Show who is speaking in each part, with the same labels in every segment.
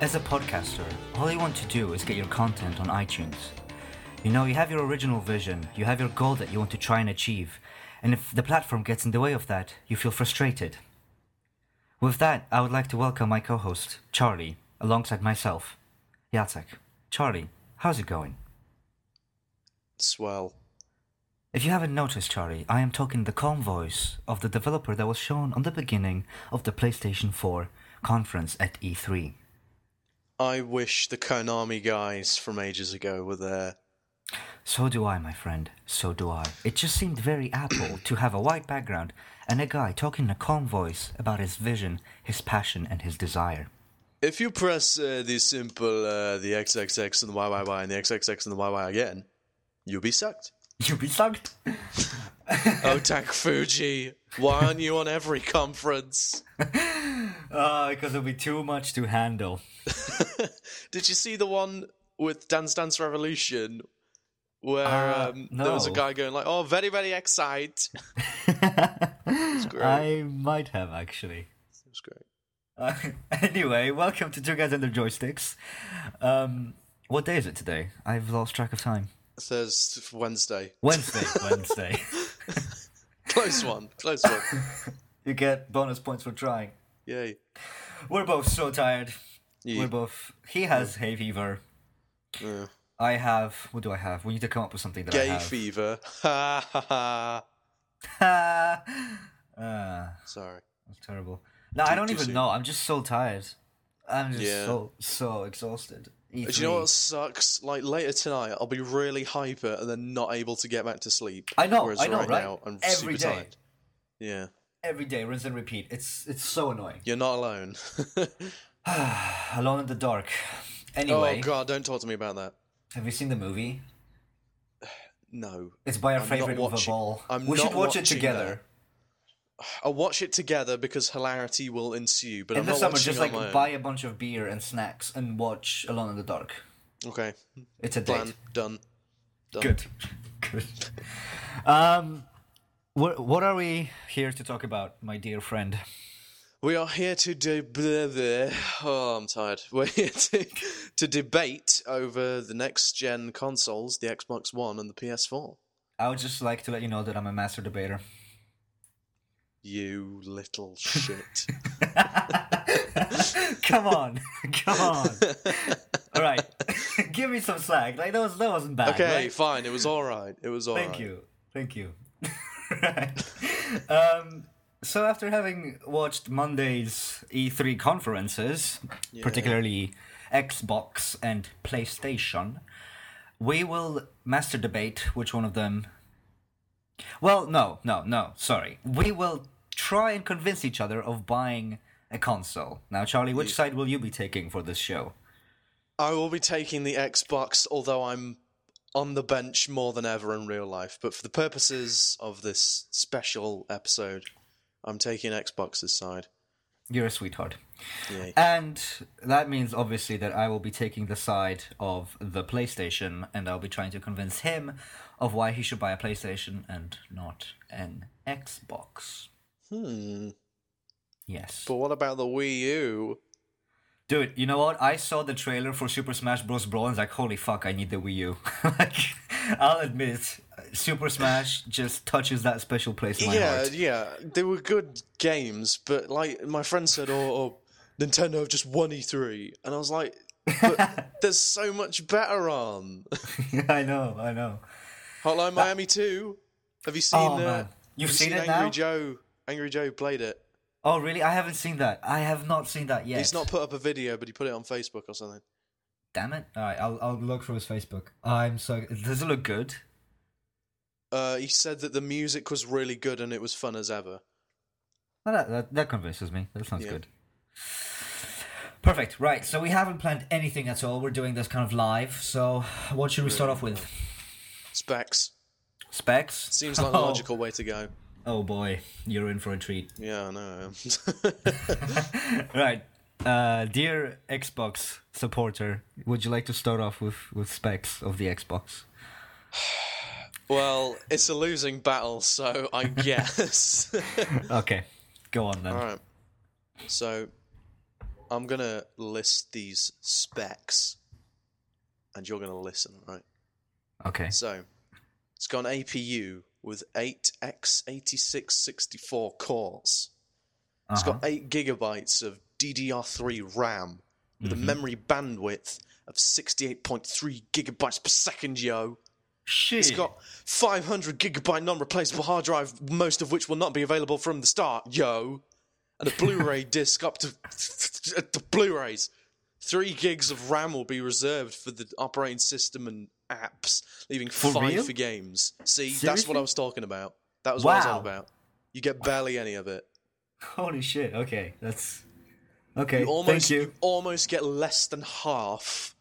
Speaker 1: As a podcaster, all you want to do is get your content on iTunes. You know, you have your original vision, you have your goal that you want to try and achieve, and if the platform gets in the way of that, you feel frustrated. With that, I would like to welcome my co host, Charlie, alongside myself, Jacek. Charlie, how's it going?
Speaker 2: Swell.
Speaker 1: If you haven't noticed, Charlie, I am talking the calm voice of the developer that was shown on the beginning of the PlayStation 4 conference at E E3.
Speaker 2: I wish the Konami guys from ages ago were there.
Speaker 1: So do I, my friend. So do I. It just seemed very Apple to have a white background and a guy talking in a calm voice about his vision, his passion, and his desire.
Speaker 2: If you press uh, the simple uh, the XXX and the YYY and the XXX and the YY again, you'll be sucked.
Speaker 1: You be sucked.
Speaker 2: Otak Fuji, why aren't you on every conference?
Speaker 1: Ah, because it'll be too much to handle.
Speaker 2: Did you see the one with Dance Dance Revolution where
Speaker 1: Uh,
Speaker 2: um, there was a
Speaker 1: no.
Speaker 2: guy going like, "Oh, very very excited." it great.
Speaker 1: I might have actually.
Speaker 2: was great.
Speaker 1: Uh, anyway, welcome to Two Guys and Their Joysticks. Um, what day is it today? I've lost track of time.
Speaker 2: Thursday, Wednesday,
Speaker 1: Wednesday. Wednesday.
Speaker 2: close one, close one.
Speaker 1: You get bonus points for trying.
Speaker 2: Yay!
Speaker 1: We're both so tired.
Speaker 2: Yeah.
Speaker 1: We're both. He has hay fever.
Speaker 2: Yeah.
Speaker 1: I have. What do I have? We need to come up with something that
Speaker 2: Gay
Speaker 1: I have.
Speaker 2: fever. Ha ha ha.
Speaker 1: Ah, Ah,
Speaker 2: Sorry.
Speaker 1: that's terrible. No, I don't
Speaker 2: too
Speaker 1: even
Speaker 2: soon.
Speaker 1: know. I'm just so tired. I'm just
Speaker 2: Yeah.
Speaker 1: so so exhausted.
Speaker 2: Do you know what sucks? Like later tonight, I'll be really hyper and then not able to get back to sleep.
Speaker 1: I know,
Speaker 2: Whereas
Speaker 1: I know,
Speaker 2: right,
Speaker 1: right?
Speaker 2: now, I'm
Speaker 1: Every
Speaker 2: super
Speaker 1: day.
Speaker 2: tired. Yeah,
Speaker 1: Every day, rinse and repeat. It's it's so annoying.
Speaker 2: you're not alone.
Speaker 1: Alone in the dark.
Speaker 2: oh
Speaker 1: Anyway,
Speaker 2: god, don't talk to me about that.
Speaker 1: have you seen the movie?
Speaker 2: No,
Speaker 1: It's by our
Speaker 2: I'm not
Speaker 1: favorite with a
Speaker 2: watching-
Speaker 1: ball.
Speaker 2: I'm
Speaker 1: we should
Speaker 2: not
Speaker 1: watch it
Speaker 2: watching
Speaker 1: together
Speaker 2: I'll watch it together because hilarity will ensue. But
Speaker 1: in
Speaker 2: I'm
Speaker 1: the
Speaker 2: not
Speaker 1: summer.
Speaker 2: watching
Speaker 1: Just
Speaker 2: it
Speaker 1: like
Speaker 2: on my own.
Speaker 1: buy a bunch of beer and snacks and watch Alone in the Dark.
Speaker 2: Okay,
Speaker 1: It's a
Speaker 2: plan
Speaker 1: date.
Speaker 2: done. Done.
Speaker 1: Good. Good. Um, what what are we here to talk about, my dear friend?
Speaker 2: We are here to de- blah, blah. Oh, I'm tired. We're here to, to debate over the next gen consoles, the Xbox One and the PS4.
Speaker 1: I would just like to let you know that I'm a master debater.
Speaker 2: You little shit.
Speaker 1: Come on, come on. All right, give me some slack. Like that was that wasn't bad.
Speaker 2: Okay,
Speaker 1: right?
Speaker 2: fine. It was all right. It was all right.
Speaker 1: Thank you. Thank you. right. Um, so after having watched Monday's E3 conferences, particularly Xbox and PlayStation, we will master debate which one of them. Well, no, no, no. Sorry. We will try and convince each other of buying a console. Now, Charlie, which side will you be taking for this show?
Speaker 2: I will be taking the Xbox, although I'm on the bench more than ever in real life. But for the purposes of this special episode, I'm taking Xbox's side.
Speaker 1: You're a sweetheart.
Speaker 2: Yay.
Speaker 1: And that means obviously that I will be taking the side of the PlayStation and I'll be trying to convince him of why he should buy a PlayStation and not an Xbox.
Speaker 2: Hmm.
Speaker 1: Yes.
Speaker 2: But what about the Wii U?
Speaker 1: Dude, you know what? I saw the trailer for Super Smash Bros. Brawl and was like, holy fuck, I need the Wii U. like, I'll admit, Super Smash just touches that special place in my
Speaker 2: yeah,
Speaker 1: heart.
Speaker 2: yeah. They were good games, but like my friend said, oh, oh Nintendo have just won E3. And I was like, but there's so much better on.
Speaker 1: I know, I know.
Speaker 2: Hotline Miami 2. Have you seen
Speaker 1: Oh,
Speaker 2: uh,
Speaker 1: man.
Speaker 2: have
Speaker 1: You've
Speaker 2: you
Speaker 1: seen, it
Speaker 2: Angry
Speaker 1: now?
Speaker 2: Joe. Angry Joe played it.
Speaker 1: oh, really? I haven't seen that. I have not seen that yet.
Speaker 2: He's not put up a video, but he put it on Facebook or something.
Speaker 1: Damn it! All right, I'll I'll look through his Facebook. I'm so. Does it look good?
Speaker 2: Uh, he said that the music was really good and it was fun as ever.
Speaker 1: Well, that, that that convinces me. That sounds
Speaker 2: Yeah.
Speaker 1: good. Perfect. Right. So we haven't planned anything at all. We're doing this kind of live. So what should we start off with?
Speaker 2: Specs
Speaker 1: Specs.
Speaker 2: seems like a
Speaker 1: oh.
Speaker 2: logical way to go.
Speaker 1: Oh boy, you're in for a treat.
Speaker 2: Yeah, I know.
Speaker 1: Right. Uh, dear Xbox supporter, would you like to start off with with specs of the Xbox?
Speaker 2: well, it's a losing battle, so I guess.
Speaker 1: Okay. Go on then.
Speaker 2: All right. So, I'm gonna list these specs, and you're gonna listen, right?
Speaker 1: Okay.
Speaker 2: So, it's got an APU with eight x8664 cores. It's
Speaker 1: Uh-huh.
Speaker 2: got eight gigabytes of DDR3 RAM with a memory bandwidth of 68.3 gigabytes per second, yo.
Speaker 1: Shit.
Speaker 2: It's got 500 gigabyte non-replaceable hard drive, most of which will not be available from the start, yo. And a Blu-ray disc up to uh, the Blu-rays. Three gigs of RAM will be reserved for the operating system and apps, leaving five
Speaker 1: real?
Speaker 2: for games. See, that's what I
Speaker 1: Seriously?
Speaker 2: was talking about. That was what I was on
Speaker 1: Wow.
Speaker 2: about. You get barely any of it.
Speaker 1: Holy shit. Okay, that's okay.
Speaker 2: almost
Speaker 1: Thank you.
Speaker 2: almost get less than half.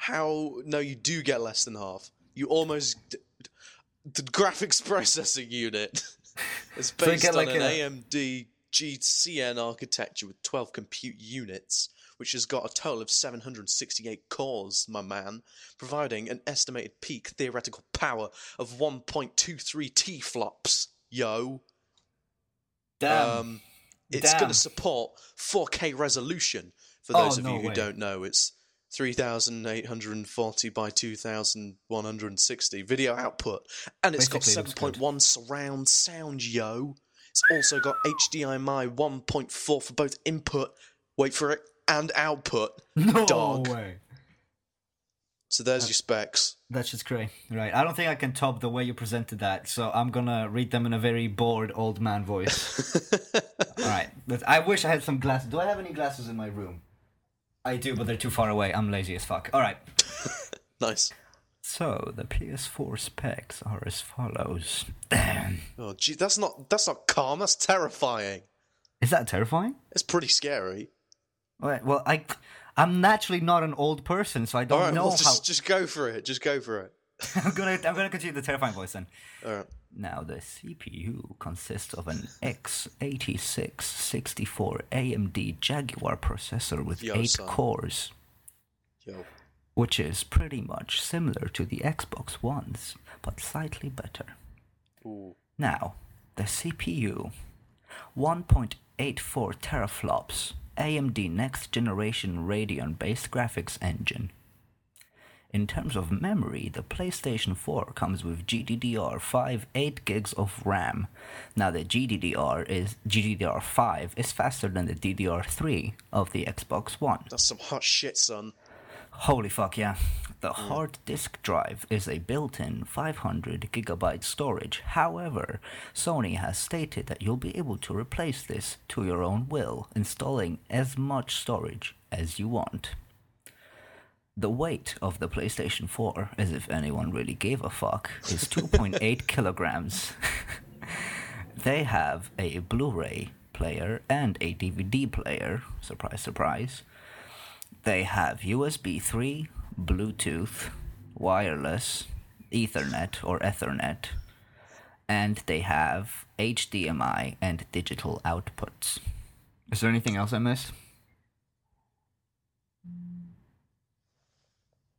Speaker 2: How? No, you do get less than half. You almost the graphics processing unit is
Speaker 1: you
Speaker 2: based
Speaker 1: get
Speaker 2: on
Speaker 1: like
Speaker 2: an
Speaker 1: a-
Speaker 2: AMD GCN architecture with 12 compute units, which has got a total of 768 cores, my man, providing an estimated peak theoretical power of 1.23 T-flops. Yo.
Speaker 1: Damn.
Speaker 2: Um, it's going
Speaker 1: Damn.
Speaker 2: to support 4K resolution. For
Speaker 1: Oh,
Speaker 2: those of
Speaker 1: no
Speaker 2: you who
Speaker 1: way.
Speaker 2: don't know, it's 3,840 by 2,160 video output, and it's
Speaker 1: Basically, it looks
Speaker 2: got
Speaker 1: good.
Speaker 2: 7.1 surround sound. Yo, it's also got HDMI 1.4 for both input. Wait for it and output.
Speaker 1: no
Speaker 2: dog.
Speaker 1: way.
Speaker 2: So there's your specs.
Speaker 1: That's just great. Right. I don't think I can top the way you presented that, so I'm gonna read them in a very bored old man voice. All right. But I wish I had some glasses. Do I have any glasses in my room? I do, but they're too far away. I'm lazy as fuck. All right.
Speaker 2: Nice.
Speaker 1: So the PS4 specs are as follows.
Speaker 2: Oh, gee, that's not that's not calm. That's terrifying.
Speaker 1: Is that terrifying?
Speaker 2: It's pretty scary.
Speaker 1: Alright, well, I, I'm naturally not an old person, so I don't
Speaker 2: All right,
Speaker 1: know
Speaker 2: well, just just go for it. Just go for it.
Speaker 1: how. I'm gonna, I'm gonna continue the terrifying voice then.
Speaker 2: All right.
Speaker 1: Now, the CPU consists of an x86 64 AMD Jaguar processor with
Speaker 2: Yo,
Speaker 1: eight
Speaker 2: son.
Speaker 1: cores,
Speaker 2: Yo.
Speaker 1: which is pretty much similar to the Xbox One's, but slightly better.
Speaker 2: Ooh.
Speaker 1: Now, the CPU 1.84 teraflops, AMD next generation Radeon based graphics engine. In terms of memory, the PlayStation 4 comes with GDDR5 8 gigs of RAM. Now the GDDR is GDDR5 is faster than the DDR3 of the Xbox One.
Speaker 2: That's some hot shit, son.
Speaker 1: Holy fuck, yeah. The hard disk drive is a built in 500 gigabyte storage. However, Sony has stated that you'll be able to replace this to your own will, installing as much storage as you want. The weight of the PlayStation 4, as if anyone really gave a fuck, is 2.8 kilograms. they have a Blu ray player and a DVD player. Surprise, surprise. They have USB 3, Bluetooth, wireless, Ethernet or Ethernet, and they have HDMI and digital outputs. Is there anything else I missed?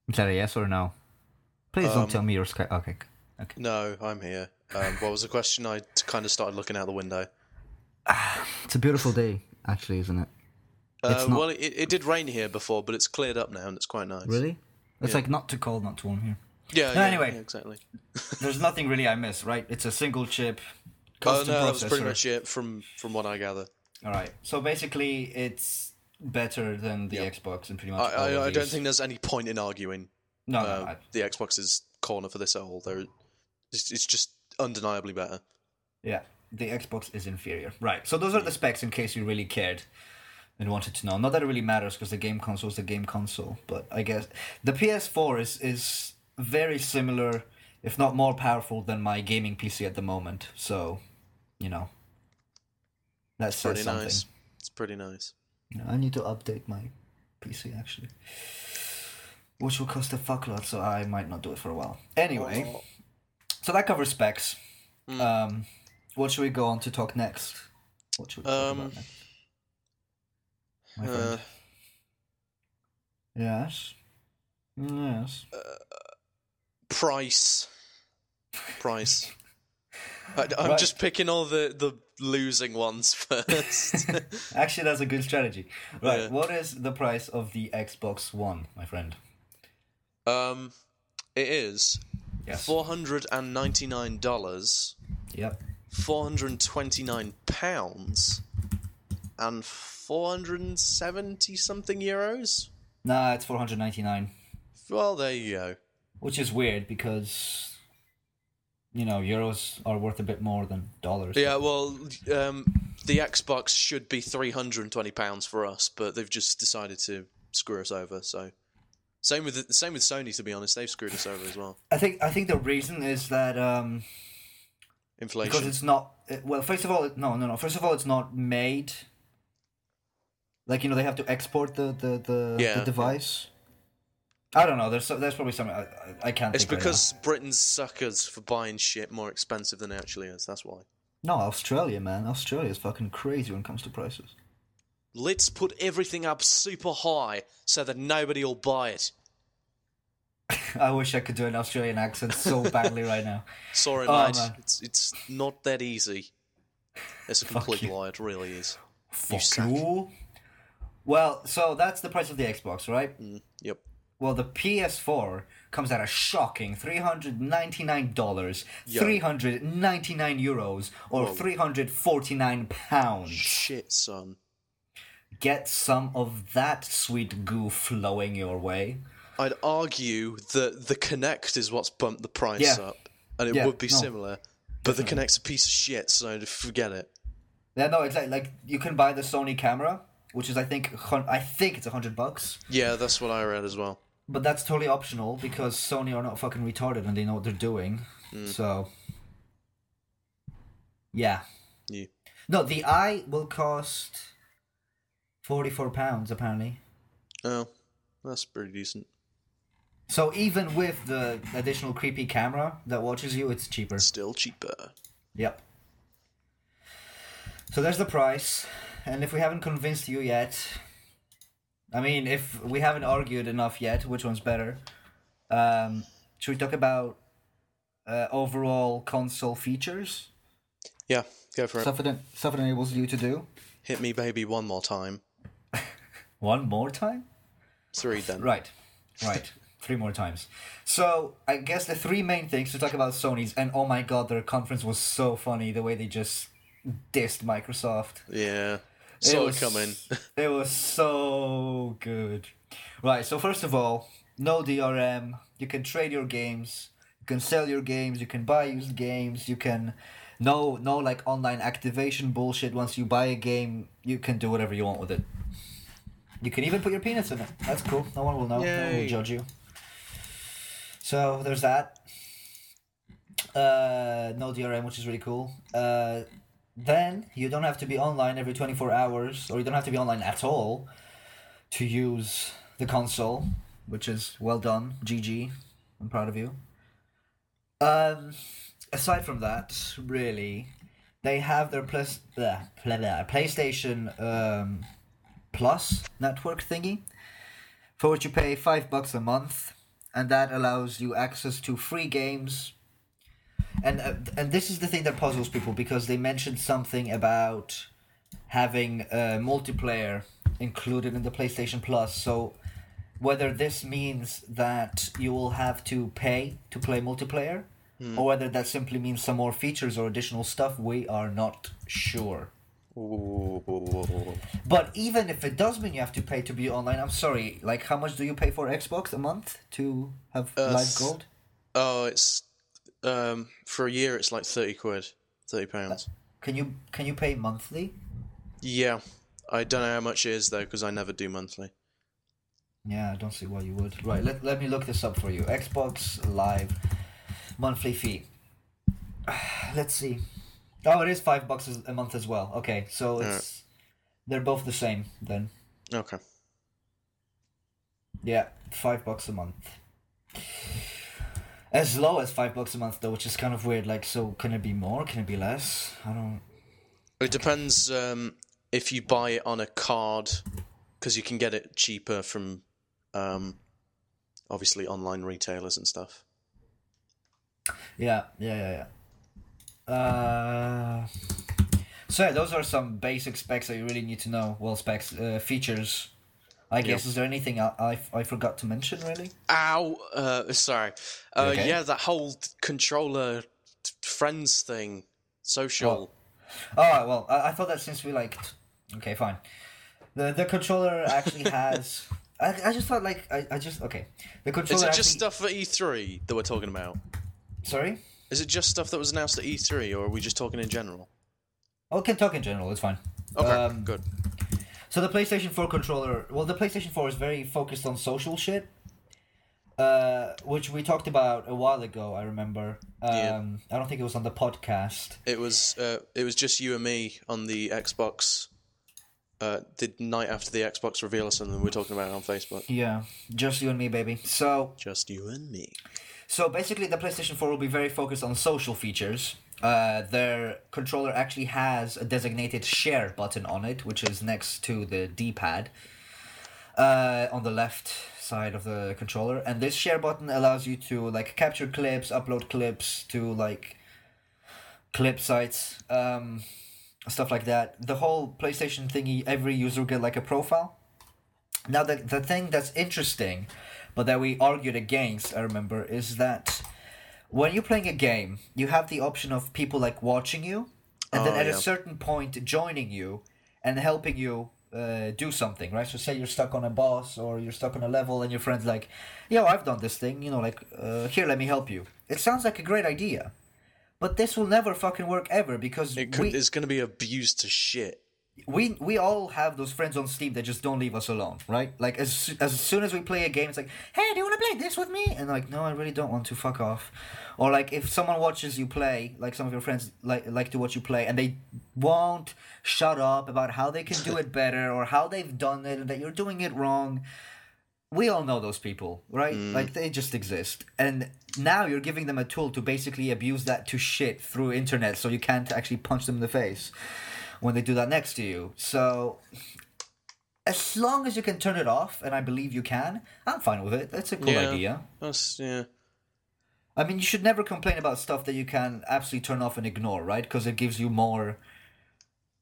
Speaker 1: Is that a yes or no? Please don't
Speaker 2: Um,
Speaker 1: tell me your Skype. Okay. Okay.
Speaker 2: No, I'm here. Um, what was the question? I kind of started looking out the window.
Speaker 1: It's a beautiful day, actually, isn't it?
Speaker 2: Uh,
Speaker 1: It's not-
Speaker 2: Well, it, it did rain here before, but it's cleared up now, and it's quite nice.
Speaker 1: Really? It's like not too cold, not too warm here.
Speaker 2: Yeah.
Speaker 1: No,
Speaker 2: yeah,
Speaker 1: anyway.
Speaker 2: yeah, exactly.
Speaker 1: There's nothing really I miss, right? It's a single chip.
Speaker 2: Oh
Speaker 1: custom
Speaker 2: no, that was pretty
Speaker 1: processor.
Speaker 2: much it from from what I gather.
Speaker 1: All right. So basically, it's better than the Xbox and pretty
Speaker 2: I
Speaker 1: much. all
Speaker 2: I,
Speaker 1: of
Speaker 2: I don't
Speaker 1: these.
Speaker 2: think there's any point in arguing
Speaker 1: No, no,
Speaker 2: uh,
Speaker 1: I-
Speaker 2: the Xbox's corner for this at all. There, it's, it's just undeniably better.
Speaker 1: yeah, the Xbox is inferior. Right. So those are the specs in case you really cared and wanted to know. Not that it really matters because the game console is the game console, but I guess the PS4 is is very similar, if not more powerful than my gaming PC at the moment. So, you know, that says
Speaker 2: Pretty
Speaker 1: something.
Speaker 2: nice. It's pretty nice.
Speaker 1: Yeah, I need to update my PC actually, which will cost a fuckload, so I might not do it for a while. Anyway,
Speaker 2: Oh.
Speaker 1: so that covers specs.
Speaker 2: Mm.
Speaker 1: Um, what should we go on to talk next? What should we talk
Speaker 2: Um,
Speaker 1: about next? My
Speaker 2: Uh,
Speaker 1: friend. yes, yes.
Speaker 2: price, price. I, am
Speaker 1: Right.
Speaker 2: just picking all the, the losing ones first.
Speaker 1: Actually, that's a good strategy. Right,
Speaker 2: Yeah.
Speaker 1: what is the price of the Xbox One, my friend?
Speaker 2: um, it is
Speaker 1: Yes.
Speaker 2: four hundred and ninety nine dollars,
Speaker 1: Yep.
Speaker 2: four hundred and twenty nine pounds, and four hundred and seventy something euros.
Speaker 1: Nah, it's 499,
Speaker 2: Well, there you go.
Speaker 1: which is weird because you know, euros are worth a bit more than dollars.
Speaker 2: Yeah, well, um, the Xbox should be three hundred and twenty pounds for us, but they've just decided to screw us over. So, same with the, same with Sony. To be honest, they've screwed us over as well.
Speaker 1: I think I think the reason is that um because
Speaker 2: Inflation.
Speaker 1: it's not it- well, first of all, it- no, no, no. First of all, it's not made like you know, they have to export the the the,
Speaker 2: Yeah.
Speaker 1: the device. I don't know. There's so- there's probably something I, I, I can't.
Speaker 2: It's
Speaker 1: think right now.
Speaker 2: because Britain's suckers for buying shit more expensive than it actually is. That's why.
Speaker 1: No, Australia, man. Australia is fucking crazy when it comes to prices.
Speaker 2: Let's put everything up super high so that nobody will buy it.
Speaker 1: I wish I could do an Australian accent so badly right now.
Speaker 2: Sorry,
Speaker 1: Oh,
Speaker 2: mate.
Speaker 1: man.
Speaker 2: It's it's not that easy. It's a complete lie. It really is.
Speaker 1: Fuck
Speaker 2: suck.
Speaker 1: you. Well, so that's the price of the Xbox, right?
Speaker 2: Yep.
Speaker 1: Well, the PS4 comes at a shocking $399,
Speaker 2: Yo.
Speaker 1: 399 euros, or 349 pounds.
Speaker 2: Shit, son.
Speaker 1: Get some of that sweet goo flowing your way.
Speaker 2: I'd argue that the Connect is what's bumped the price
Speaker 1: Yeah.
Speaker 2: up, and it
Speaker 1: Yeah,
Speaker 2: would be
Speaker 1: no.
Speaker 2: similar. But the Connect's a piece of shit, so forget it.
Speaker 1: Yeah, no, it's like, like you can buy the Sony camera, which is I think hun- I think it's 100 bucks.
Speaker 2: Yeah, that's what I read as well.
Speaker 1: But that's totally optional because Sony are not fucking retarded and they know what they're doing. So, yeah.
Speaker 2: Yeah.
Speaker 1: No, the eye will cost forty-four pounds apparently.
Speaker 2: Oh, that's pretty decent.
Speaker 1: So even with the additional creepy camera that watches you, it's cheaper.
Speaker 2: Still cheaper.
Speaker 1: Yep. So there's the price, and if we haven't convinced you yet, I mean, if we haven't argued enough yet, which one's better? Um, should we talk about uh, overall console features?
Speaker 2: Yeah, go for it.
Speaker 1: Stuff it, stuff it enables you to do.
Speaker 2: Hit me, baby, one more time.
Speaker 1: One more time.
Speaker 2: Three then.
Speaker 1: Right, right. Three more times. So I guess the three main things to talk about Sony's, and oh my god, their conference was so funny. The way they just dissed Microsoft.
Speaker 2: Yeah. Saw it coming.
Speaker 1: it was so good. Right, so first of all, no DRM. You can trade your games. You can sell your games. You can buy used games. You can no no like online activation bullshit. Once you buy a game, you can do whatever you want with it. You can even put your penis in it. That's cool. No one will know. No one will
Speaker 2: Yay.
Speaker 1: judge you. So there's that. Uh, no DRM, which is really cool. Uh, then you don't have to be online every 24 hours, or you don't have to be online at all to use the console, which is well done. GG. I'm proud of you. Um, aside from that, really, they have their plus, blah, blah, blah, PlayStation um, Plus network thingy, for which you pay five bucks a month, and that allows you access to free games. And uh, and this is the thing that puzzles people because they mentioned something about having uh, multiplayer included in the PlayStation Plus. So whether this means that you will have to pay to play multiplayer, or whether that simply means some more features or additional stuff, we are not sure. But even if it does mean you have to pay to be online, I'm sorry. Like, how much do you pay for Xbox a month to have live gold?
Speaker 2: Oh, it's um for a year. It's like thirty quid, thirty pounds.
Speaker 1: Can you can you pay monthly?
Speaker 2: Yeah, I don't know how much it is though because I never do monthly.
Speaker 1: Yeah, I don't see why you would. Right, let, let me look this up for you. Xbox Live monthly fee. Let's see. Oh, it is five bucks as- a month as well. Okay, so it's they're both the same then.
Speaker 2: Okay.
Speaker 1: Yeah, five bucks a month. As low as five bucks a month though, which is kind of weird. Like, so can it be more? Can it be less? I don't.
Speaker 2: It depends um, if you buy it on a card, because you can get it cheaper from, um, obviously online retailers and stuff.
Speaker 1: Yeah, yeah, yeah, yeah. Uh, so yeah, those are some basic specs that you really need to know. Well, specs, uh, features. I guess is there anything I, I, I forgot to mention really?
Speaker 2: Ow! Uh, sorry. Uh,
Speaker 1: okay?
Speaker 2: Yeah, that whole t- controller t- friends thing, social.
Speaker 1: Oh well, I, I thought that since we like, t- okay, fine. The the controller actually has. I, I just thought like I, I just okay. The
Speaker 2: Is
Speaker 1: controller.
Speaker 2: it just
Speaker 1: actually-
Speaker 2: stuff at E3 that we're talking about?
Speaker 1: Sorry.
Speaker 2: Is it just stuff that was announced at E3, or are we just talking in general?
Speaker 1: Oh, we can talk in general. It's fine.
Speaker 2: Okay,
Speaker 1: Um,
Speaker 2: good.
Speaker 1: So the PlayStation 4 controller, well, the PlayStation 4 is very focused on social shit, uh, which we talked about a while ago. I remember. Um,
Speaker 2: Yeah.
Speaker 1: I don't think it was on the podcast.
Speaker 2: It was uh, it was just you and me on the Xbox. Uh, the night after the Xbox reveal or something, we were talking about it on Facebook.
Speaker 1: Yeah, just you and me, baby. So,
Speaker 2: Just you and me.
Speaker 1: so basically, the PlayStation 4 will be very focused on social features. Uh, their controller actually has a designated share button on it, which is next to the D-pad. uh, on the left side of the controller and this share button allows you to like capture clips upload clips to like clip sites um, stuff like that the whole playstation thingy every user get like a profile now the, the thing that's interesting but that we argued against i remember is that when you're playing a game you have the option of people like watching you and then
Speaker 2: Oh,
Speaker 1: at a
Speaker 2: yeah.
Speaker 1: certain point joining you and helping you uh, do something, right? So say you're stuck on a boss or you're stuck on a level, and your friend's like, "Yo, I've done this thing," you know, like, uh, "Here, let me help you." It sounds like a great idea, but this will never fucking work ever because
Speaker 2: It could,
Speaker 1: we
Speaker 2: it's going to be abused to shit.
Speaker 1: we we all have those friends on Steam that just don't leave us alone, right? Like as soo- as soon as we play a game, it's like, hey, do you want to play this with me? And like, no, I really don't want to. Fuck off. Or like if someone watches you play, like some of your friends like like to watch you play, and they won't shut up about how they can do it better or how they've done it and that you're doing it wrong. We all know those people, right?
Speaker 2: Mm.
Speaker 1: Like they just exist, and now you're giving them a tool to basically abuse that to shit through internet, so you can't actually punch them in the face when they do that next to you. So, as long as you can turn it off, and I believe you can, I'm fine with it. That's a cool
Speaker 2: Yeah.
Speaker 1: idea.
Speaker 2: That's yeah.
Speaker 1: I mean, you should never complain about stuff that you can absolutely turn off and ignore, right? Because it gives you more,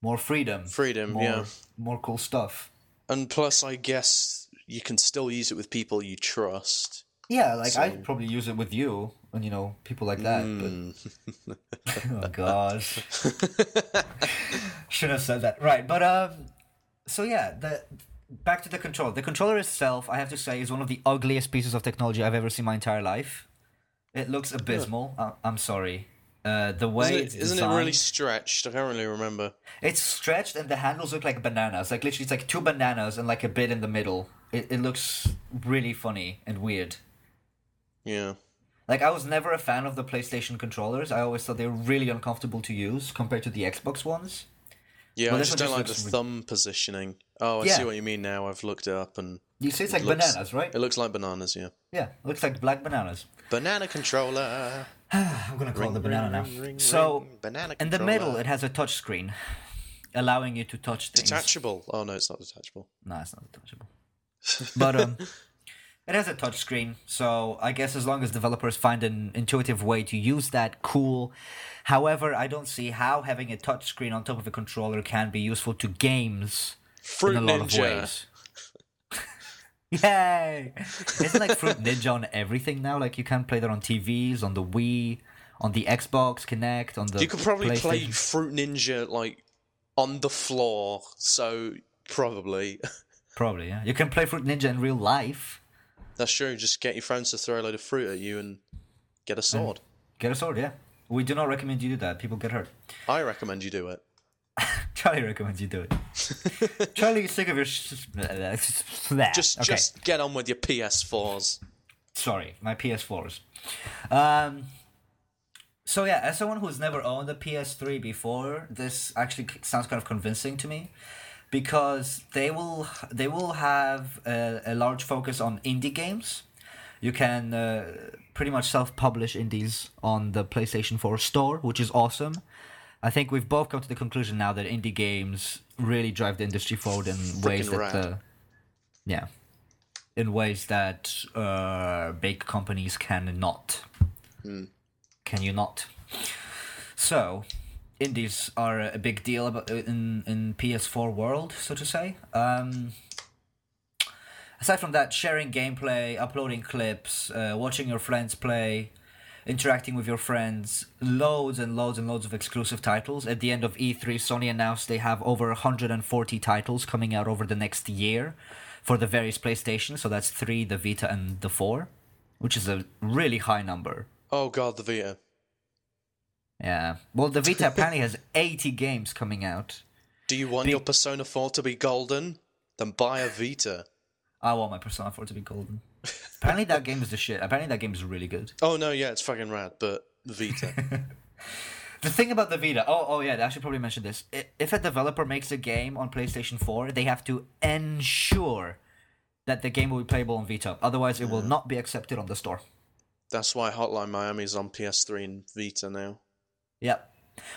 Speaker 1: more freedom,
Speaker 2: Freedom,
Speaker 1: more,
Speaker 2: yeah.
Speaker 1: more cool stuff.
Speaker 2: And plus, I guess you can still use it with people you trust.
Speaker 1: Yeah, like i I probably use it with you and you know people like that.
Speaker 2: Hmm.
Speaker 1: But... oh gosh, should have said that. Right, but um, so yeah, the back to the controller. The controller itself, I have to say, is one of the ugliest pieces of technology I've ever seen in my entire life. It looks abysmal. I- I'm sorry. Uh, the way
Speaker 2: Isn't,
Speaker 1: it's
Speaker 2: it, isn't it really
Speaker 1: designed-
Speaker 2: stretched? I can't really remember.
Speaker 1: it's stretched and the handles look like bananas. Like literally, it's like two bananas and like a bit in the middle. It it looks really funny and weird.
Speaker 2: Yeah.
Speaker 1: Like I was never a fan of the PlayStation controllers. I always thought they were really uncomfortable to use compared to the Xbox ones.
Speaker 2: Yeah,
Speaker 1: Well,
Speaker 2: I
Speaker 1: this
Speaker 2: just
Speaker 1: one
Speaker 2: don't like
Speaker 1: just
Speaker 2: the
Speaker 1: looks rid-
Speaker 2: thumb positioning. Oh, I
Speaker 1: Yeah.
Speaker 2: see what you mean now. I've looked it up and
Speaker 1: You see, it's like
Speaker 2: looks-
Speaker 1: bananas, right?
Speaker 2: it looks like bananas, yeah.
Speaker 1: Yeah, looks like black bananas.
Speaker 2: Banana controller.
Speaker 1: I'm gonna call it the
Speaker 2: Ring,
Speaker 1: banana
Speaker 2: ring,
Speaker 1: now.
Speaker 2: ring,
Speaker 1: so
Speaker 2: ring. uh, banana
Speaker 1: in the
Speaker 2: controller.
Speaker 1: middle, it has a touch screen, allowing you to touch things.
Speaker 2: detachable. Oh no, it's not detachable.
Speaker 1: No, it's not detachable. but um, it has a touch screen, so I guess as long as developers find an intuitive way to use that, cool. However, I don't see how having a touch screen on top of a controller can be useful to games
Speaker 2: Fruit
Speaker 1: in a lot of
Speaker 2: Ninja.
Speaker 1: ways. Yay! Isn't like Fruit Ninja on everything now? Like you can play that on TVs, on the Wii, on the Xbox Connect, on the
Speaker 2: You could probably play
Speaker 1: PlayStation.
Speaker 2: Fruit Ninja like on the floor. So probably
Speaker 1: Probably, yeah. You can play Fruit Ninja in real life.
Speaker 2: that's true. Just get your friends to throw a load of fruit at you and get a
Speaker 1: Mm.
Speaker 2: sword.
Speaker 1: Get a sword, yeah. We do not recommend you do that. People get hurt.
Speaker 2: I recommend you do it.
Speaker 1: Charlie recommends you do it. Charlie, you sick of your sh-
Speaker 2: Just
Speaker 1: okay.
Speaker 2: just get on with your PS4s.
Speaker 1: sorry, my PS4s. Um, so yeah, as someone who's never owned a PS3 before, this actually c- sounds kind of convincing to me, because they will they will have a, a large focus on indie games. You can uh, pretty much self-publish indies on the PlayStation 4 store, which is awesome. I think we've both come to the conclusion now that indie games really drive the industry forward in ways that
Speaker 2: rad.
Speaker 1: uh, yeah, in ways that uh, big companies can not. Can you not? So, indies are a big deal about in in PS4 world, so to say. Um, aside from that, sharing gameplay, uploading clips, uh, watching your friends play, interacting with your friends, loads and loads and loads of exclusive titles. At the end of E3, Sony announced they have over 140 titles coming out over the next year for the various PlayStation. So that's three, the Vita, and the four, which is a really high number.
Speaker 2: Oh god, the Vita.
Speaker 1: Yeah. Well, the Vita apparently has 80 games coming out.
Speaker 2: Do you want
Speaker 1: Be-
Speaker 2: your Persona 4 to be golden? Then buy a Vita.
Speaker 1: I want my Persona 4 to be golden. apparently, that game is the shit. Apparently, that game is really good.
Speaker 2: Oh no, yeah, it's fucking rad, but the Vita.
Speaker 1: The thing about the Vita, oh, oh yeah, I should probably mention this. I- If a developer makes a game on PlayStation 4, they have to ensure that the game will be playable on Vita. Otherwise, it will not be accepted on the store.
Speaker 2: That's why Hotline Miami's on PS3 and Vita now.
Speaker 1: Yeah.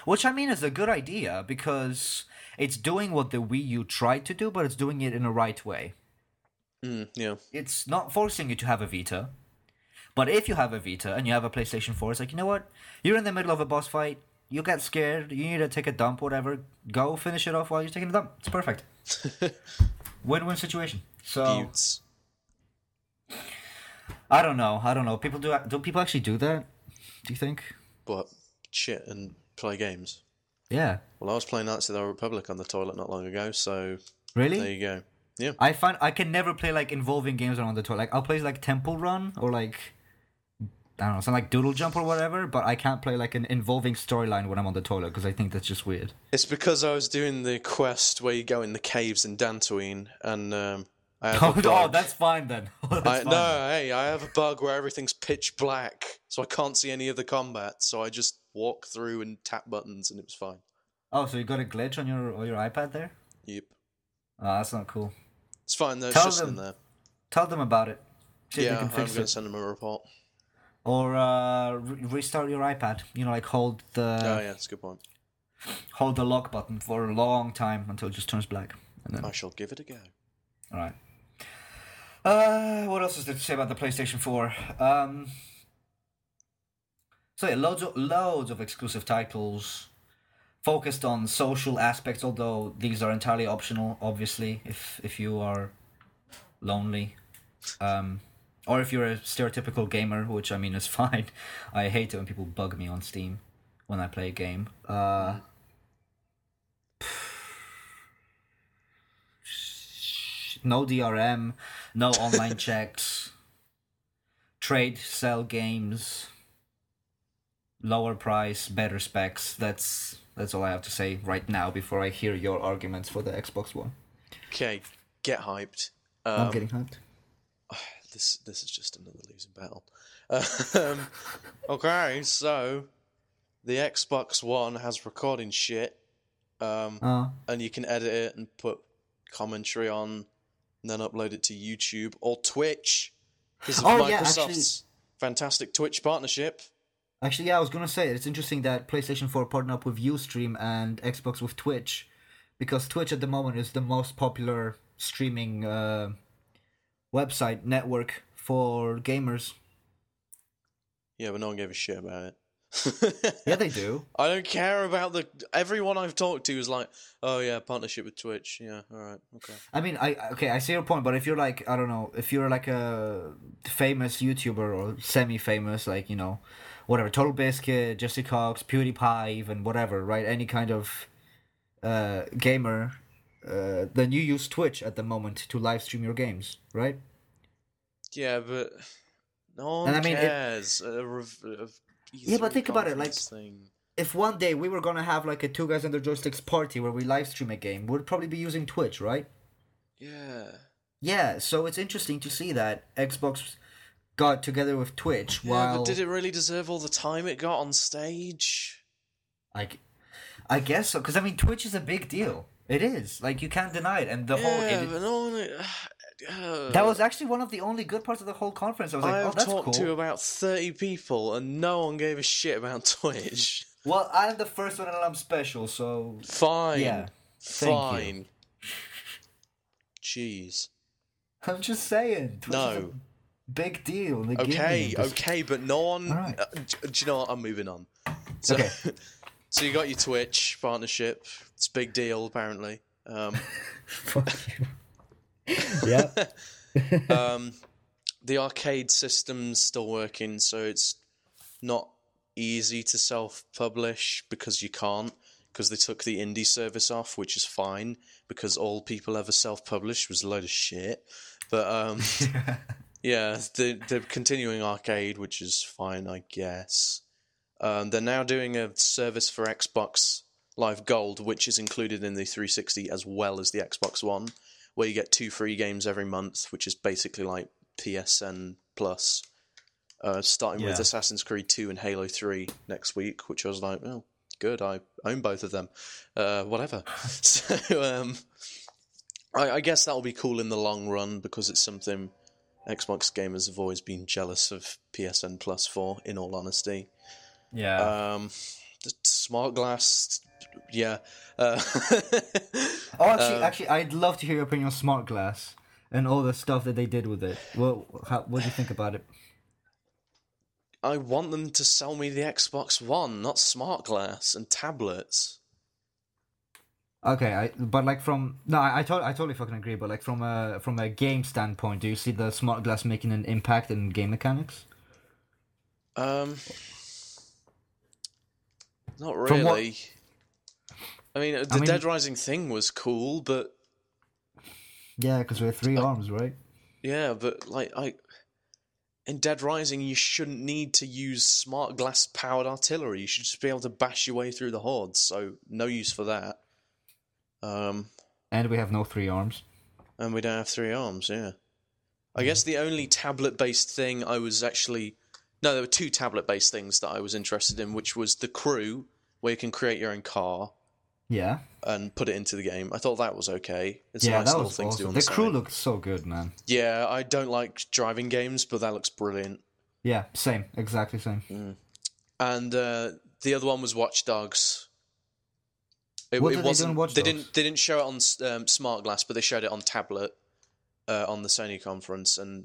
Speaker 1: Which I mean is a good idea because it's doing what the Wii U tried to do, but it's doing it in a right way.
Speaker 2: Mm, yeah.
Speaker 1: It's not forcing you to have a Vita. But if you have a Vita and you have a PlayStation 4, it's like, you know what? You're in the middle of a boss fight. You get scared. You need to take a dump, whatever. Go finish it off while you're taking a dump. It's perfect. win win situation. So.
Speaker 2: Buttes.
Speaker 1: I don't know. I don't know. People do. Do people actually do that? Do you think?
Speaker 2: But shit and play games.
Speaker 1: Yeah.
Speaker 2: Well, I was playing Knights of the Old Republic on the toilet not long ago, so
Speaker 1: Really?
Speaker 2: there you go. Yeah.
Speaker 1: I find I can never play like involving games around the toilet. Like I'll play like Temple Run or like I don't know, something like Doodle Jump or whatever. But I can't play like an involving storyline when I'm on the toilet because I think that's just weird.
Speaker 2: It's because I was doing the quest where you go in the caves in Dantooine, and um, I have
Speaker 1: Oh,
Speaker 2: a
Speaker 1: oh,
Speaker 2: bug.
Speaker 1: that's fine then. Oh, that's
Speaker 2: I,
Speaker 1: fine.
Speaker 2: no, hey, I have a bug where everything's pitch black, so I can't see any of the combat. So I just walk through and tap buttons, and it was fine.
Speaker 1: Oh, so you got a glitch on your on your iPad there?
Speaker 2: Yep,
Speaker 1: Oh, that's not cool.
Speaker 2: it's fine though. It's
Speaker 1: Tell
Speaker 2: just
Speaker 1: them.
Speaker 2: in there.
Speaker 1: Tell them about it. See if
Speaker 2: yeah,
Speaker 1: they
Speaker 2: I'm
Speaker 1: can
Speaker 2: going
Speaker 1: fix
Speaker 2: to
Speaker 1: it.
Speaker 2: send them a report.
Speaker 1: Or uh, re- restart your iPad. You know, like hold the
Speaker 2: oh yeah, that's a good point.
Speaker 1: hold the lock button for a long time until it just turns black. And then,
Speaker 2: I shall give it a go.
Speaker 1: all right. Uh, what else is there to say about the PlayStation Four? Um, so yeah, loads of loads of exclusive titles focused on social aspects. Although these are entirely optional, obviously, if if you are lonely, um, or if you're a stereotypical gamer, which I mean is fine. I hate it when people bug me on Steam when I play a game. Uh, no DRM, no online checks, trade, sell games, lower price, better specs. That's that's all I have to say right now before I hear your arguments for the Xbox One.
Speaker 2: Okay, get hyped. Um,
Speaker 1: I'm getting hyped.
Speaker 2: This this is just another losing battle. Um, okay, so the Xbox One has recording shit. Um,
Speaker 1: Oh,
Speaker 2: and you can edit it and put commentary on, and then upload it to YouTube or Twitch because of
Speaker 1: Oh,
Speaker 2: Microsoft's
Speaker 1: yeah, actually-
Speaker 2: fantastic Twitch partnership.
Speaker 1: actually, yeah, I was gonna say it's interesting that PlayStation Four partnered up with UStream and Xbox with Twitch, because Twitch at the moment is the most popular streaming uh, website network for gamers.
Speaker 2: Yeah, but no one gave a shit about it.
Speaker 1: Yeah, they do.
Speaker 2: I don't care about the. Everyone I've talked to is like, "Oh yeah, partnership with Twitch." Yeah, all right, okay.
Speaker 1: I mean, I okay, I see your point, but if you're like, I don't know, if you're like a famous YouTuber or semi-famous, like you know, whatever, Total Biscuit, Jesse Cox, PewDiePie, even whatever, right? Any kind of uh, gamer, uh, then you use Twitch at the moment to live stream your games, right?
Speaker 2: Yeah, but no one
Speaker 1: And I mean, it-
Speaker 2: cares. A rev- a E
Speaker 1: Yeah, but
Speaker 2: E3
Speaker 1: think about it,
Speaker 2: conference thing.
Speaker 1: If one day we were gonna have like a two guys under joysticks party where we live stream a game, we'd probably be using Twitch, right?
Speaker 2: yeah,
Speaker 1: Yeah, so it's interesting to see that Xbox got together with Twitch
Speaker 2: yeah,
Speaker 1: while
Speaker 2: but did it really deserve all the time it got on stage?
Speaker 1: I, g- I guess so. Because I mean, Twitch is a big deal. It is. Like you can't deny it. And the whole
Speaker 2: Yeah,
Speaker 1: it-
Speaker 2: but no one. uh,
Speaker 1: that was actually one of the only good parts of the whole conference. I was like,
Speaker 2: I've
Speaker 1: oh, that's
Speaker 2: talked
Speaker 1: cool.
Speaker 2: to about thirty people, and no one gave a shit about Twitch.
Speaker 1: Well, I'm the first one, and I'm special. So
Speaker 2: Fine.
Speaker 1: Yeah, thank
Speaker 2: Fine. Jeez.
Speaker 1: I'm just saying, Twitch is a
Speaker 2: No.
Speaker 1: big deal. in the gaming
Speaker 2: Okay.
Speaker 1: industry.
Speaker 2: Okay, but no one.
Speaker 1: Alright.
Speaker 2: uh, d- do you know what? I'm moving on. So,
Speaker 1: Okay.
Speaker 2: So you got your Twitch partnership. It's a big deal, apparently. Um,
Speaker 3: Fuck you. yeah.
Speaker 2: um, the arcade system's still working, so it's not easy to self-publish because you can't. Because they took the indie service off, which is fine because all people ever self-published was a load of shit. But um, yeah, the the continuing arcade, which is fine, I guess. Um, they're now doing a service for Xbox Live Gold, which is included in the 360 as well as the Xbox One, where you get two free games every month, which is basically like PSN Plus. Uh, starting with
Speaker 1: Yeah.
Speaker 2: Assassin's Creed 2 and Halo 3 next week, which I was like, oh, good, I own both of them. Uh, whatever. so um, I, I guess that'll be cool in the long run because it's something Xbox gamers have always been jealous of PSN Plus for, in all honesty.
Speaker 1: Yeah.
Speaker 2: Um, the smart glass, yeah. Uh,
Speaker 1: oh, actually, actually, I'd love to hear your opinion on Smart Glass and all the stuff that they did with it. What, how, what do you think about it?
Speaker 2: I want them to sell me the Xbox One, not smart glass and tablets.
Speaker 1: Okay, I, but like from no, I, I, tot- I totally fucking agree. But like from a from a game standpoint, do you see the smart glass making an impact in game mechanics?
Speaker 2: Um, not
Speaker 1: From what-
Speaker 2: really. I mean, the
Speaker 1: mean-
Speaker 2: Dead Rising thing was cool, but
Speaker 1: Yeah, because we're three arms, right?
Speaker 2: yeah, but like I. In Dead Rising, you shouldn't need to use smart glass powered artillery. You should just be able to bash your way through the hordes. So no use for that. Um,
Speaker 1: And we have no three arms.
Speaker 2: And we don't have three arms, yeah. I guess the only tablet based thing I was actually. No, there were two tablet based things that I was interested in, which was the crew, where you can create your own car
Speaker 1: Yeah,
Speaker 2: and put it into the game. I thought that was okay. It's a
Speaker 1: yeah,
Speaker 2: nice
Speaker 1: that
Speaker 2: little
Speaker 1: was
Speaker 2: thing to do
Speaker 1: awesome.
Speaker 2: on
Speaker 1: The
Speaker 2: the,
Speaker 1: crew
Speaker 2: side.
Speaker 1: looked so good, man.
Speaker 2: Yeah, I don't like driving games, but that looks brilliant.
Speaker 1: Yeah, same, exactly same.
Speaker 2: And uh, the other one was Watch Dogs. It,
Speaker 1: What
Speaker 2: it
Speaker 1: did they do in
Speaker 2: wasn't.
Speaker 1: Watch
Speaker 2: they
Speaker 1: Dogs?
Speaker 2: didn't. They didn't show it on s- um, smart glass, but they showed it on tablet uh, on the Sony conference, and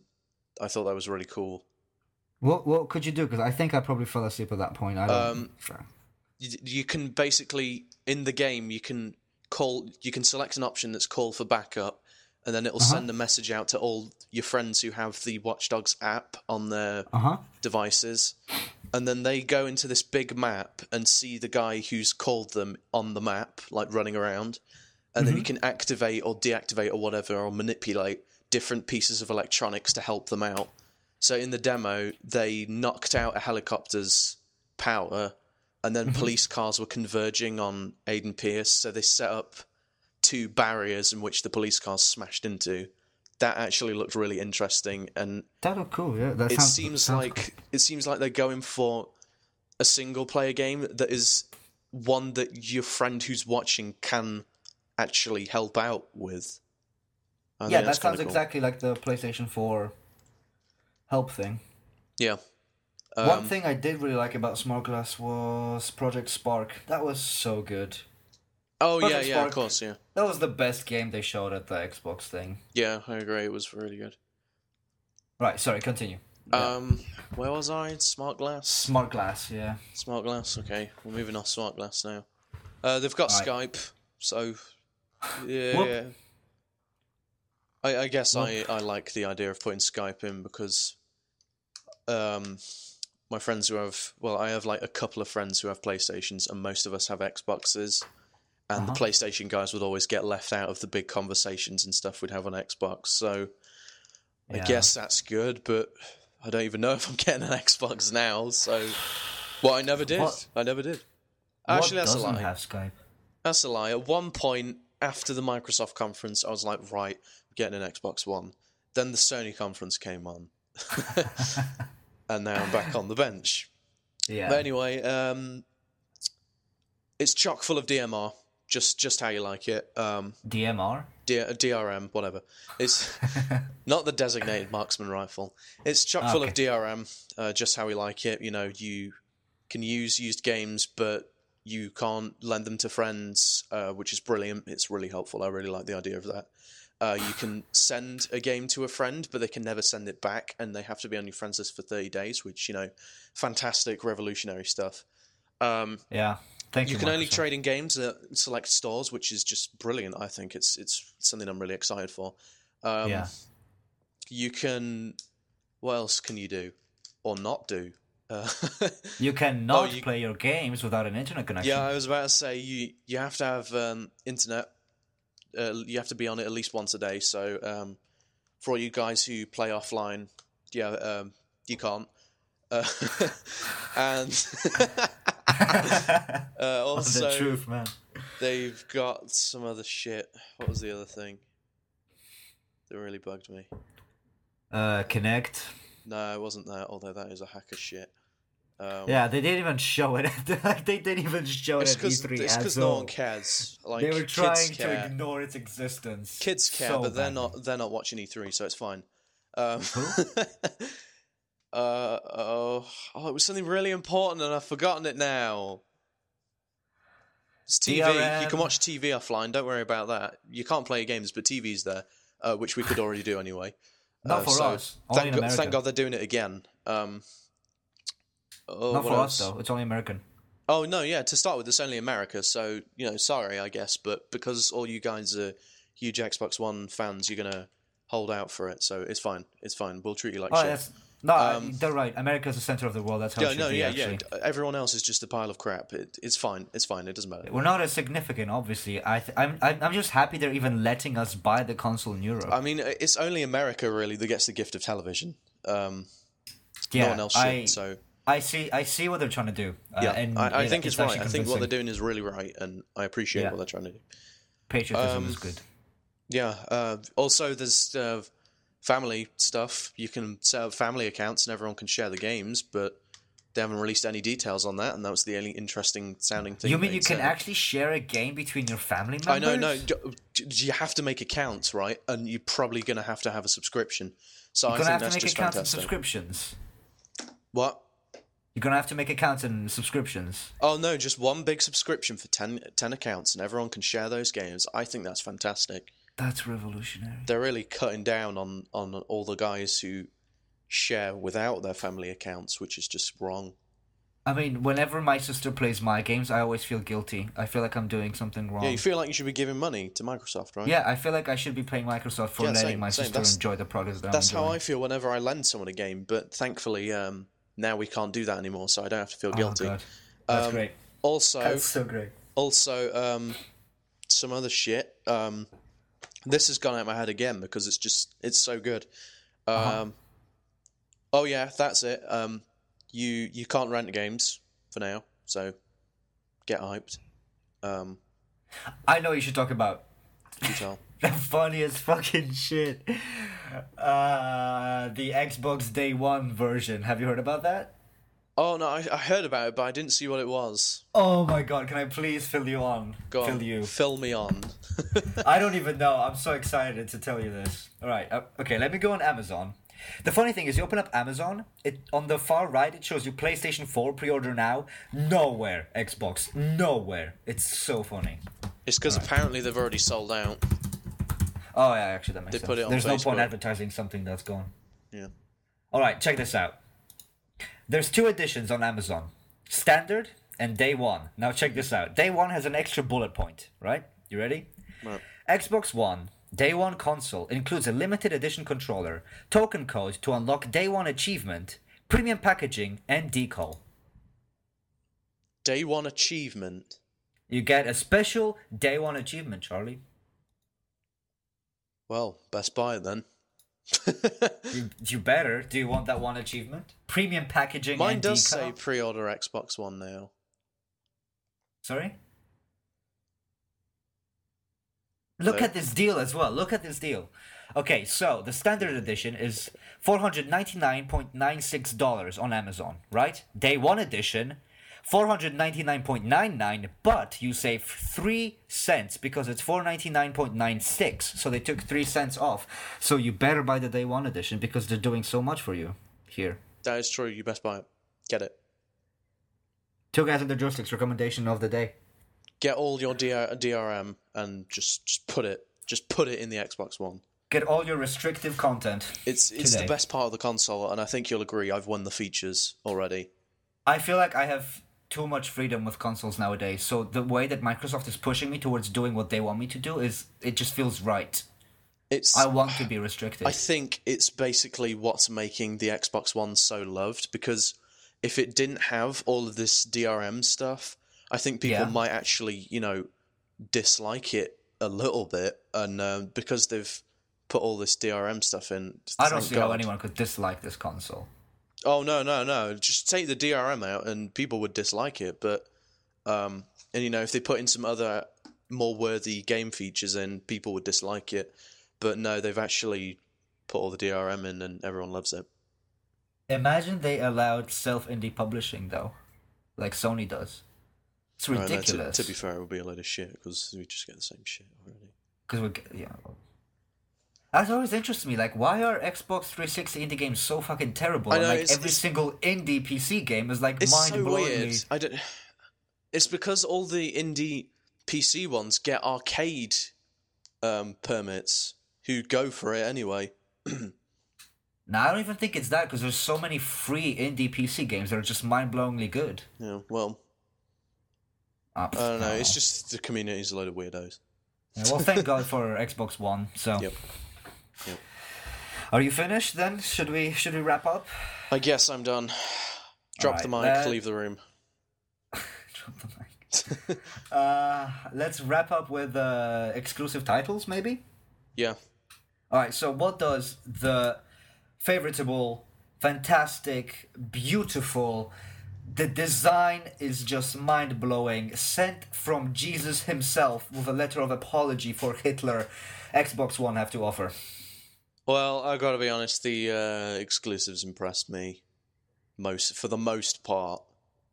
Speaker 2: I thought that was really cool.
Speaker 1: What what could you do? Because I think I probably fell asleep at that point. I don't.
Speaker 2: Um, you, you can basically in the game you can call you can select an option that's call for backup and then
Speaker 1: Uh-huh.
Speaker 2: it'll send a message out to all your friends who have the watchdogs app on their
Speaker 1: uh huh.
Speaker 2: devices and then they go into this big map and see the guy who's called them on the map like running around and then you can activate or deactivate or whatever or manipulate different pieces of electronics to help them out so in the demo they knocked out a helicopter's power and then police cars were converging on Aden Pierce so they set up two barriers in which the police cars smashed into that actually looked really interesting and
Speaker 1: That looked cool. Yeah, that
Speaker 2: it
Speaker 1: sounds,
Speaker 2: seems
Speaker 1: sounds
Speaker 2: like it seems like they're going for a single player game that is one that your friend who's watching can actually help out with. I
Speaker 1: yeah,
Speaker 2: think
Speaker 1: that
Speaker 2: that's kinda
Speaker 1: sounds
Speaker 2: cool.
Speaker 1: exactly like the PlayStation Four help thing.
Speaker 2: Yeah,
Speaker 1: One
Speaker 2: Um,
Speaker 1: thing I did really like about Smart Glass was Project Spark. That was so good.
Speaker 2: Oh yeah,
Speaker 1: Project
Speaker 2: yeah,
Speaker 1: Spark.
Speaker 2: of course, yeah,
Speaker 1: That was the best game they showed at the Xbox thing.
Speaker 2: yeah. I agree. It was really good.
Speaker 1: Right, sorry, continue.
Speaker 2: Um, where was I? Smart glass.
Speaker 1: Smart Glass, yeah.
Speaker 2: Smart glass. Okay, we're moving off smart glass now. Uh, they've got
Speaker 1: Right.
Speaker 2: Skype, so yeah.
Speaker 1: Whoop.
Speaker 2: yeah. I, I guess I, I like the idea of putting Skype in because um, my friends who have well, I have like a couple of friends who have PlayStations, and most of us have Xboxes. And the
Speaker 1: Uh-huh.
Speaker 2: PlayStation guys would always get left out of the big conversations and stuff we'd have on Xbox. So I
Speaker 1: Yeah.
Speaker 2: guess that's good, but I don't even know if I'm getting an Xbox now. So, well, I never did.
Speaker 1: What-
Speaker 2: I never did.
Speaker 1: What
Speaker 2: Actually, that's a
Speaker 1: doesn't
Speaker 2: lie.
Speaker 1: have Skype?
Speaker 2: That's a lie. At one point after the Microsoft conference, I was like, right, I'm getting an Xbox One. Then the Sony conference came on. and now I'm back on the bench.
Speaker 1: Yeah.
Speaker 2: But anyway, um, it's chock full of DMR. Just just how you like it. Um,
Speaker 1: DMR?
Speaker 2: D- DRM, whatever. It's not the designated marksman rifle. It's chock full of DRM, uh, just how we like it. You know, you can use used games, but you can't lend them to friends, uh, which is brilliant. It's really helpful. I really like the idea of that. Uh, you can send a game to a friend, but they can never send it back, and they have to be on your friends list for 30 days, which, you know, fantastic, revolutionary stuff. Um,
Speaker 1: Yeah. Thank you.
Speaker 2: You can only
Speaker 1: Microsoft.
Speaker 2: trade in games at select stores, which is just brilliant. I think it's it's something I'm really excited for. Um,
Speaker 1: yeah.
Speaker 2: You can. What else can you do, or not do? Uh,
Speaker 1: You cannot
Speaker 2: Oh, you-
Speaker 1: play your games without an internet connection.
Speaker 2: yeah, I was about to say you you have to have um, internet. Uh, you have to be on it at least once a day. So um, for all you guys who play offline, yeah, um, you can't. Uh, and uh,
Speaker 1: That's
Speaker 2: also,
Speaker 1: the truth, man.
Speaker 2: They've got some other shit. What was the other thing? That really bugged me.
Speaker 1: Uh, Connect.
Speaker 2: No, it wasn't that, although that is a hacker shit. Um,
Speaker 1: Yeah, E they didn't even show it. Like, they didn't even show
Speaker 2: it's
Speaker 1: it at
Speaker 2: because
Speaker 1: E3 at
Speaker 2: no
Speaker 1: all.
Speaker 2: one cares. Like
Speaker 1: They were trying
Speaker 2: kids care.
Speaker 1: to ignore its existence.
Speaker 2: kids care,
Speaker 1: so
Speaker 2: but they're
Speaker 1: badly.
Speaker 2: not they're not watching E3, so it's fine. Um, uh, oh, oh, it was something really important, and I've forgotten it now. It's TV. You can
Speaker 1: DRM.
Speaker 2: watch TV offline. Don't worry about that. You can't play games, but TV's there, uh, which we could already do anyway.
Speaker 1: Not
Speaker 2: Uh,
Speaker 1: for
Speaker 2: so
Speaker 1: us. Only
Speaker 2: Thank
Speaker 1: in
Speaker 2: God,
Speaker 1: America.
Speaker 2: thank God they're doing it again. Um, oh,
Speaker 1: Not
Speaker 2: what
Speaker 1: for
Speaker 2: else?
Speaker 1: us though. It's only American.
Speaker 2: Oh no, yeah. To start with, it's only America, so you know, sorry, I guess, but because all you guys are huge Xbox One fans, you're gonna hold out for it. So it's fine. It's fine. We'll treat you like
Speaker 1: Oh,
Speaker 2: shit.
Speaker 1: that's no. I- they're right. America's the center of the world. That's how. it
Speaker 2: Um, Yeah,
Speaker 1: should
Speaker 2: no,
Speaker 1: be,
Speaker 2: yeah,
Speaker 1: actually.
Speaker 2: yeah. Everyone else is just a pile of crap. It, it's fine. It's fine. It doesn't matter.
Speaker 1: We're not as significant, obviously. I th- I'm, I'm I'm just happy they're even letting us buy the console in Europe.
Speaker 2: I mean, it's only America really that gets the gift of television. Um,
Speaker 1: yeah,
Speaker 2: no one else should.
Speaker 1: I,
Speaker 2: so
Speaker 1: I see. I see what they're trying to do. Uh,
Speaker 2: yeah,
Speaker 1: and
Speaker 2: I, I
Speaker 1: it-
Speaker 2: think it's, right.
Speaker 1: actually
Speaker 2: I think what
Speaker 1: convincing.
Speaker 2: they're doing is really right, and I appreciate
Speaker 1: Yeah.
Speaker 2: what they're trying to do.
Speaker 1: patriotism
Speaker 2: um,
Speaker 1: is good.
Speaker 2: Yeah. Uh, also, there's uh, family stuff. You can set up family accounts and everyone can share the games, but they haven't released any details on that, and that was the only interesting sounding thing.
Speaker 1: You mean
Speaker 2: they
Speaker 1: you can
Speaker 2: said.
Speaker 1: actually share a game between your family members?
Speaker 2: I know, no. d- d- You have to make accounts, right? And you're probably going to have to have a subscription. So I
Speaker 1: You're gonna
Speaker 2: think
Speaker 1: have to
Speaker 2: that's
Speaker 1: make
Speaker 2: just
Speaker 1: accounts and
Speaker 2: fantastic.
Speaker 1: subscriptions.
Speaker 2: what?
Speaker 1: You're gonna have to make accounts and subscriptions.
Speaker 2: Oh no, just one big subscription for 10, 10 accounts, and everyone can share those games. I think that's fantastic.
Speaker 1: That's revolutionary.
Speaker 2: they're really cutting down on on all the guys who share without their family accounts, which is just wrong.
Speaker 1: I mean, whenever my sister plays my games, I always feel guilty. I feel like I'm doing something wrong.
Speaker 2: Yeah, you feel like you should be giving money to Microsoft, right?
Speaker 1: Yeah, I feel like I should be paying Microsoft for
Speaker 2: Yeah,
Speaker 1: letting
Speaker 2: same,
Speaker 1: my
Speaker 2: same.
Speaker 1: sister
Speaker 2: That's-
Speaker 1: enjoy the products that
Speaker 2: that's
Speaker 1: I'm
Speaker 2: how
Speaker 1: enjoying.
Speaker 2: I feel whenever I lend someone a game. But thankfully, um, now we can't do that anymore, so I don't have to feel guilty.
Speaker 1: Oh, God. That's
Speaker 2: Um,
Speaker 1: great.
Speaker 2: Also,
Speaker 1: so great.
Speaker 2: also um, some other shit. Um, this has gone out my head again because it's just it's so good. Um,
Speaker 1: Uh-huh.
Speaker 2: Oh yeah, that's it. Um, you you can't rent games for now, so get hyped. Um,
Speaker 1: I know what you should talk about
Speaker 2: you tell.
Speaker 1: the funniest fucking shit. Uh, the Xbox Day One version. Have you heard about that?
Speaker 2: Oh no, I, I heard about it, but I didn't see what it was.
Speaker 1: Oh my god! Can I please fill you on?
Speaker 2: Go
Speaker 1: fill
Speaker 2: on,
Speaker 1: you.
Speaker 2: fill me on.
Speaker 1: I don't even know. I'm so excited to tell you this. All right. Uh, okay. Let me go on Amazon. The funny thing is, you open up Amazon. It on the far right, it shows you PlayStation Four pre-order now. Nowhere Xbox. Nowhere. It's so funny.
Speaker 2: It's because apparently they've already sold out.
Speaker 1: Oh yeah, actually that makes sense.
Speaker 2: put it on
Speaker 1: There's no point
Speaker 2: Facebook.
Speaker 1: advertising something that's gone.
Speaker 2: Yeah.
Speaker 1: All right, check this out. There's two editions on Amazon: standard and day one. Now check this out. Day one has an extra bullet point. Right? You ready?
Speaker 2: Right.
Speaker 1: Xbox One Day One console includes a limited edition controller, token code to unlock Day One achievement, premium packaging, and decal.
Speaker 2: Day one achievement.
Speaker 1: You get a special Day One achievement, Charlie.
Speaker 2: Well, best buy it then.
Speaker 1: You, you better. Do you want that one achievement? Premium packaging.
Speaker 2: Mine
Speaker 1: and
Speaker 2: does
Speaker 1: decal?
Speaker 2: say pre-order Xbox One now.
Speaker 1: Sorry? Look
Speaker 2: Hello?
Speaker 1: at this deal as well. Look at this deal. Okay, so the standard edition is $499.96 on Amazon, right? Day one edition, 499.99, but you save 3 cents because it's 499.96, so they took 3 cents off. So you better buy the day one edition because they're doing so much for you here.
Speaker 2: That is true. You best buy it. Get it.
Speaker 1: Two guys with the joysticks recommendation of the day.
Speaker 2: Get all your DR- DRM and just just put it just put it in the Xbox One.
Speaker 1: Get all your restrictive content.
Speaker 2: It's it's
Speaker 1: Today.
Speaker 2: the best part of the console, and I think you'll agree. I've won the features already.
Speaker 1: I feel like I have too much freedom with consoles nowadays. So the way that Microsoft is pushing me towards doing what they want me to do is it just feels right.
Speaker 2: It's
Speaker 1: I want to be restricted.
Speaker 2: I think it's basically what's making the Xbox One so loved because if it didn't have all of this DRM stuff, I think people
Speaker 1: Yeah.
Speaker 2: might actually, you know, dislike it a little bit. And um, because they've put all this DRM stuff in,
Speaker 1: I don't
Speaker 2: thank
Speaker 1: see how
Speaker 2: God.
Speaker 1: anyone could dislike this console.
Speaker 2: Oh no, no, no! Just take the DRM out, and people would dislike it. But um, and you know, if they put in some other more worthy game features in, people would dislike it. But no, they've actually put all the DRM in, and everyone loves it.
Speaker 1: Imagine they allowed self indie publishing though, like Sony does. It's
Speaker 2: Right, no, to-
Speaker 1: ridiculous.
Speaker 2: to, be fair, it would be a load of shit because we just get the same shit already.
Speaker 1: Because we, get- yeah. That's always interested me. Like, why are Xbox 360 indie games so fucking terrible?
Speaker 2: I
Speaker 1: And,
Speaker 2: know,
Speaker 1: like
Speaker 2: it's-
Speaker 1: every
Speaker 2: it's-
Speaker 1: single indie PC game is like
Speaker 2: It's so
Speaker 1: mind-blowingly.
Speaker 2: weird. I don't. It's because all the indie PC ones get arcade um, permits, who go for it anyway.
Speaker 1: Now I don't even think it's that because there's so many free indie PC games that are just mind-blowingly good.
Speaker 2: Yeah, well,
Speaker 1: Ah,
Speaker 2: I don't know. It's just the community's a load of weirdos.
Speaker 1: Yeah, well, thank God for Xbox One. So,
Speaker 2: Yep. Yep.
Speaker 1: are you finished? Then should we should we wrap up?
Speaker 2: I guess I'm done. Drop the mic,
Speaker 1: Alright, uh,
Speaker 2: leave the room.
Speaker 1: Drop the mic. uh, let's wrap up with uh, exclusive titles, maybe.
Speaker 2: Yeah.
Speaker 1: All right. So, what does the favoritable, fantastic, beautiful, the design is just mind blowing, sent from Jesus himself with a letter of apology for Hitler, Xbox One have to offer?
Speaker 2: Well, I gotta be honest. The uh, exclusives impressed me most, for the most part.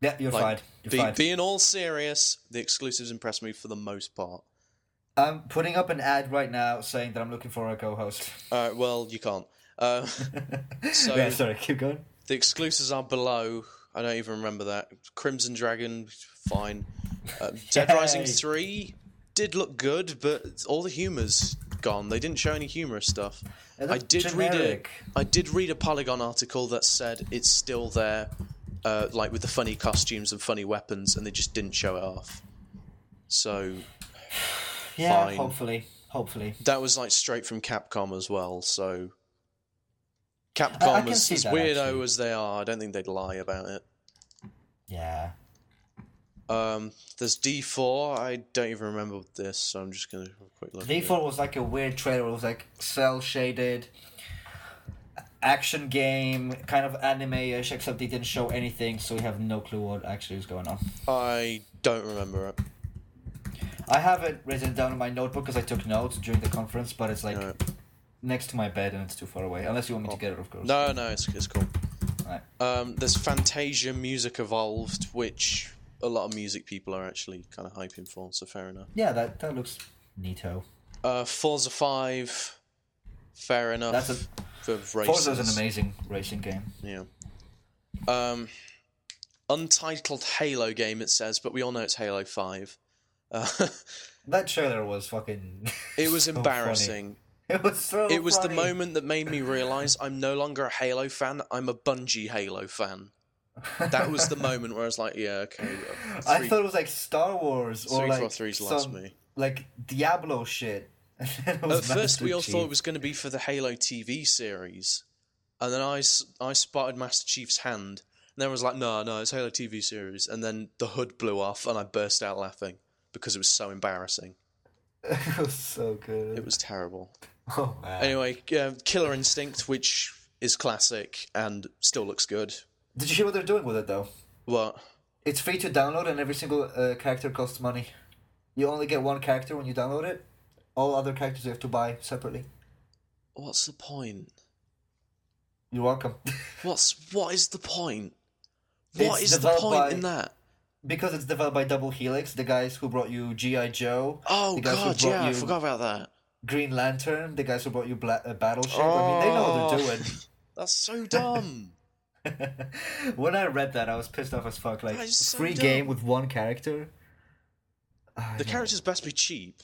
Speaker 1: Yeah, you're
Speaker 2: Like,
Speaker 1: fired. You're
Speaker 2: be-
Speaker 1: fired.
Speaker 2: being all serious, the exclusives impressed me for the most part.
Speaker 1: I'm putting up an ad right now saying that I'm looking for a co-host.
Speaker 2: Uh, well, you can't. Uh, so
Speaker 1: yeah, sorry. Keep going.
Speaker 2: the exclusives are below. I don't even remember that. Crimson Dragon, fine. Uh, Dead Rising
Speaker 1: Yay.
Speaker 2: Three did look good, but all the humor's gone. They didn't show any humorous stuff.
Speaker 1: It
Speaker 2: I
Speaker 1: looked
Speaker 2: did
Speaker 1: generic.
Speaker 2: read a I did read a Polygon article that said it's still there, uh, like with the funny costumes and funny weapons, and they just didn't show it off. So
Speaker 1: Yeah,
Speaker 2: Fine.
Speaker 1: hopefully, hopefully.
Speaker 2: that was like straight from Capcom as well. So
Speaker 1: I
Speaker 2: Capcom,
Speaker 1: can
Speaker 2: as,
Speaker 1: see
Speaker 2: as
Speaker 1: that,
Speaker 2: weirdo
Speaker 1: actually.
Speaker 2: as they are, I don't think they'd lie about it.
Speaker 1: Yeah.
Speaker 2: Um, there's D4. I don't even remember this, so I'm just gonna have a quick look. at it.
Speaker 1: D4 was like a weird trailer. It was like cell shaded, action game, kind of anime ish, except they didn't show anything, so we have no clue what actually is going on.
Speaker 2: I don't remember it.
Speaker 1: I have it written down in my notebook because I took notes during the conference, but it's like
Speaker 2: No,
Speaker 1: next to my bed and it's too far away. Unless you want me to get it, of course.
Speaker 2: Oh. no, no it's, it's cool.
Speaker 1: Right.
Speaker 2: Um, there's Fantasia Music Evolved, which a lot of music people are actually kind of hyping for, so fair enough.
Speaker 1: Yeah, that, that looks neato.
Speaker 2: Uh, Forza 5, fair enough.
Speaker 1: That's a-
Speaker 2: for
Speaker 1: Forza is
Speaker 2: races.
Speaker 1: an amazing racing game.
Speaker 2: Yeah. Um, untitled Halo game, it says, but we all know it's Halo 5. Uh,
Speaker 1: That trailer was fucking.
Speaker 2: it was
Speaker 1: so funny.
Speaker 2: embarrassing.
Speaker 1: It was so.
Speaker 2: It was
Speaker 1: funny.
Speaker 2: the moment that made me realize I'm no longer a Halo fan, I'm a Bungie Halo fan. That was the moment where I was like, yeah, okay. uh,
Speaker 1: I
Speaker 2: three-
Speaker 1: thought it was like Star Wars or
Speaker 2: Three,
Speaker 1: like
Speaker 2: four, threes lost
Speaker 1: some,
Speaker 2: me.
Speaker 1: like Diablo shit. And then it was
Speaker 2: At first, we
Speaker 1: Master
Speaker 2: all thought
Speaker 1: Chief.
Speaker 2: it was going to be for the Halo TV series, and then I, s- I spotted Master Chief's hand, and then I was like, no, no, it's Halo TV series. And then the hood blew off, and I burst out laughing because it was so embarrassing.
Speaker 1: it was so good.
Speaker 2: It was terrible.
Speaker 1: oh man!
Speaker 2: Anyway, uh, Killer Instinct, which is classic and still looks good.
Speaker 1: Did you hear what they're doing with it though?
Speaker 2: What?
Speaker 1: It's free to download, and every single uh, character costs money. You only get one character when you download it. All other characters you have to buy separately.
Speaker 2: What's the point?
Speaker 1: You're welcome.
Speaker 2: What's what is the point? What
Speaker 1: It's
Speaker 2: is the
Speaker 1: developed
Speaker 2: point
Speaker 1: by-
Speaker 2: in that?
Speaker 1: because it's developed by Double Helix, the guys who brought you GI Joe.
Speaker 2: Oh
Speaker 1: the guys who
Speaker 2: god,
Speaker 1: brought
Speaker 2: yeah, I
Speaker 1: you
Speaker 2: forgot about that.
Speaker 1: Green Lantern, the guys who brought you Bla- uh, Battleship. I mean, they know what they're
Speaker 2: Oh.
Speaker 1: doing.
Speaker 2: That's so dumb.
Speaker 1: when I read that, I was pissed off as fuck. Like
Speaker 2: That is so
Speaker 1: free
Speaker 2: dumb.
Speaker 1: game with one character. I
Speaker 2: the
Speaker 1: don't-
Speaker 2: characters best be cheap.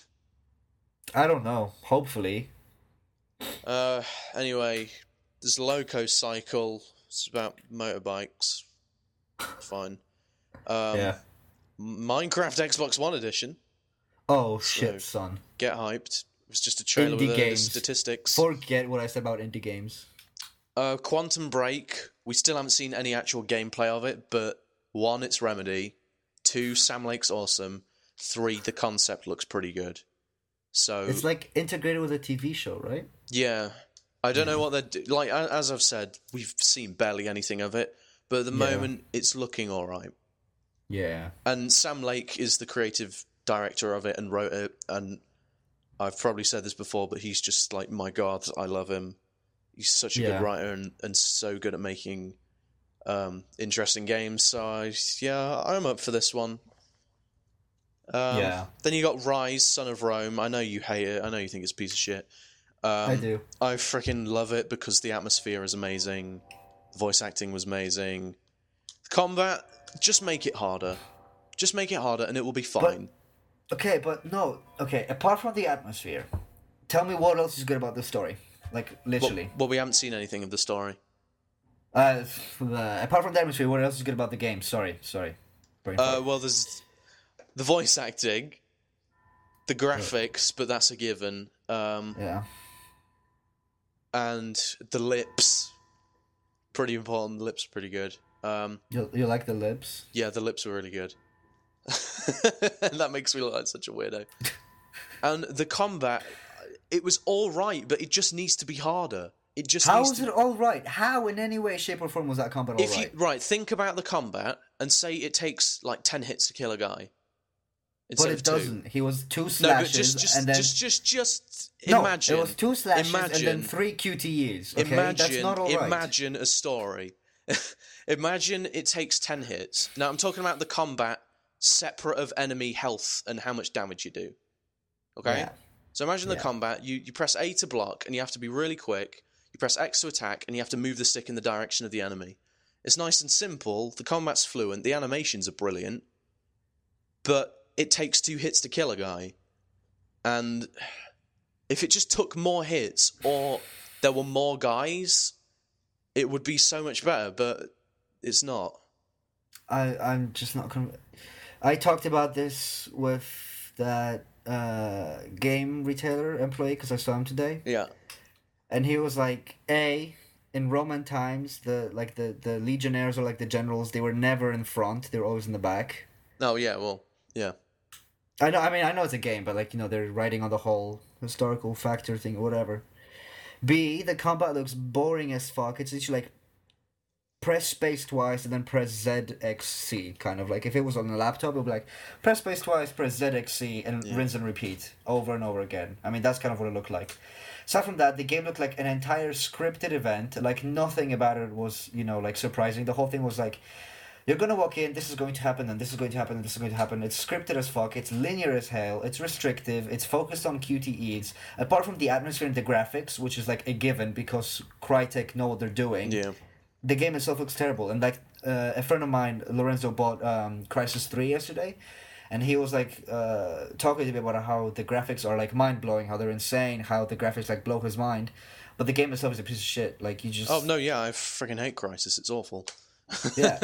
Speaker 1: I don't know. Hopefully,
Speaker 2: Uh, anyway, there's Loco Cycle. It's about motorbikes. Fine. Um,
Speaker 1: yeah.
Speaker 2: Minecraft Xbox One edition.
Speaker 1: Oh shit, son!
Speaker 2: Get hyped. It was just a trailer
Speaker 1: Indie
Speaker 2: with the
Speaker 1: games.
Speaker 2: statistics.
Speaker 1: Forget what I said about indie games.
Speaker 2: Uh, Quantum Break. We still haven't seen any actual gameplay of it, but one, it's Remedy. Two, Sam Lake's awesome. Three, the concept looks pretty good. So
Speaker 1: It's like integrated with a TV show, right?
Speaker 2: yeah, I don't know what they're do- like. a- As I've said, we've seen barely anything of it, but at the moment, it's looking all right.
Speaker 1: Yeah.
Speaker 2: And Sam Lake is the creative director of it and wrote it. And I've probably said this before, but he's just like, my God, I love him. He's such a
Speaker 1: Yeah.
Speaker 2: good writer and, and so good at making um, interesting games. So, I, yeah, I'm up for this one. Um,
Speaker 1: Yeah.
Speaker 2: Then you got Rise, Son of Rome. I know you hate it. I know you think it's a piece of shit. Um,
Speaker 1: I do.
Speaker 2: I freaking love it because the atmosphere is amazing. The voice acting was amazing. The combat, just make it harder. Just make it harder and it will be fine.
Speaker 1: Okay, but no. Okay, apart from the atmosphere, tell me what else is good about this story. Like
Speaker 2: Well,
Speaker 1: literally,
Speaker 2: well, we haven't seen anything of the story.
Speaker 1: uh, f- uh, apart from the atmosphere, what else is good about the game? Sorry, sorry. Brain
Speaker 2: Uh,
Speaker 1: fart.
Speaker 2: well, there's the voice acting, the graphics, but that's a given, um,
Speaker 1: yeah.
Speaker 2: and the lips. Pretty important. The lips are pretty good. Um,
Speaker 1: You, you like the lips?
Speaker 2: Yeah, the lips were really good. that makes me look like such a weirdo. and the combat, it was all right, but it just needs to be harder. It just
Speaker 1: How
Speaker 2: needs
Speaker 1: is
Speaker 2: to.
Speaker 1: it all right? How in any way, shape, or form was that combat all
Speaker 2: if
Speaker 1: right?
Speaker 2: you right, think about the combat and say it takes like ten hits to kill a guy.
Speaker 1: but
Speaker 2: Instead
Speaker 1: it
Speaker 2: of two.
Speaker 1: doesn't. He was two
Speaker 2: No, but
Speaker 1: slashes
Speaker 2: just just
Speaker 1: and then
Speaker 2: just just just
Speaker 1: no,
Speaker 2: imagine.
Speaker 1: it was two slashes
Speaker 2: imagine,
Speaker 1: and then three QTEs. Okay,
Speaker 2: imagine,
Speaker 1: that's not all right.
Speaker 2: imagine a story. imagine it takes ten hits. Now I'm talking about the combat separate of enemy health and how much damage you do. Okay.
Speaker 1: Yeah.
Speaker 2: So imagine the
Speaker 1: Yeah.
Speaker 2: combat. You you press A to block and you have to be really quick. You press X to attack and you have to move the stick in the direction of the enemy. It's nice and simple. The combat's fluent. The animations are brilliant. But it takes two hits to kill a guy. And if it just took more hits or there were more guys, it would be so much better. But it's not.
Speaker 1: I I'm just not con- I talked about this with that uh, game retailer employee because I saw him today,
Speaker 2: Yeah.
Speaker 1: and he was like, "A in Roman times, the like the the legionnaires or like the generals, they were never in front; they were always in the back."
Speaker 2: Oh yeah. Well. Yeah.
Speaker 1: I know. I mean, I know it's a game, but like you know, they're writing on the whole historical factor thing, or whatever. B, the combat looks boring as fuck. It's literally like press space twice and then press ZXC, kind of like if it was on a laptop, it would be like press space twice, press ZXC, and rinse and repeat over and over again. I mean, that's kind of what it looked like. Aside from that, the game looked like an entire scripted event. Like nothing about it was, you know, like surprising. The whole thing was like, you're gonna walk in. This is going to happen, and this is going to happen, and this is going to happen. It's scripted as fuck. It's linear as hell. It's restrictive. It's focused on QTEs. Apart from the atmosphere and the graphics, which is like a given because Crytek know what they're doing
Speaker 2: Yeah.
Speaker 1: the game itself looks terrible. And like uh, a friend of mine, Lorenzo, bought um, Crisis Three yesterday, and he was like uh, talking to me about how the graphics are like mind blowing, how they're insane, how the graphics like blow his mind. But the game itself is a piece of shit. Like you just
Speaker 2: Oh no. Yeah. I freaking hate Crisis. It's awful.
Speaker 1: yeah.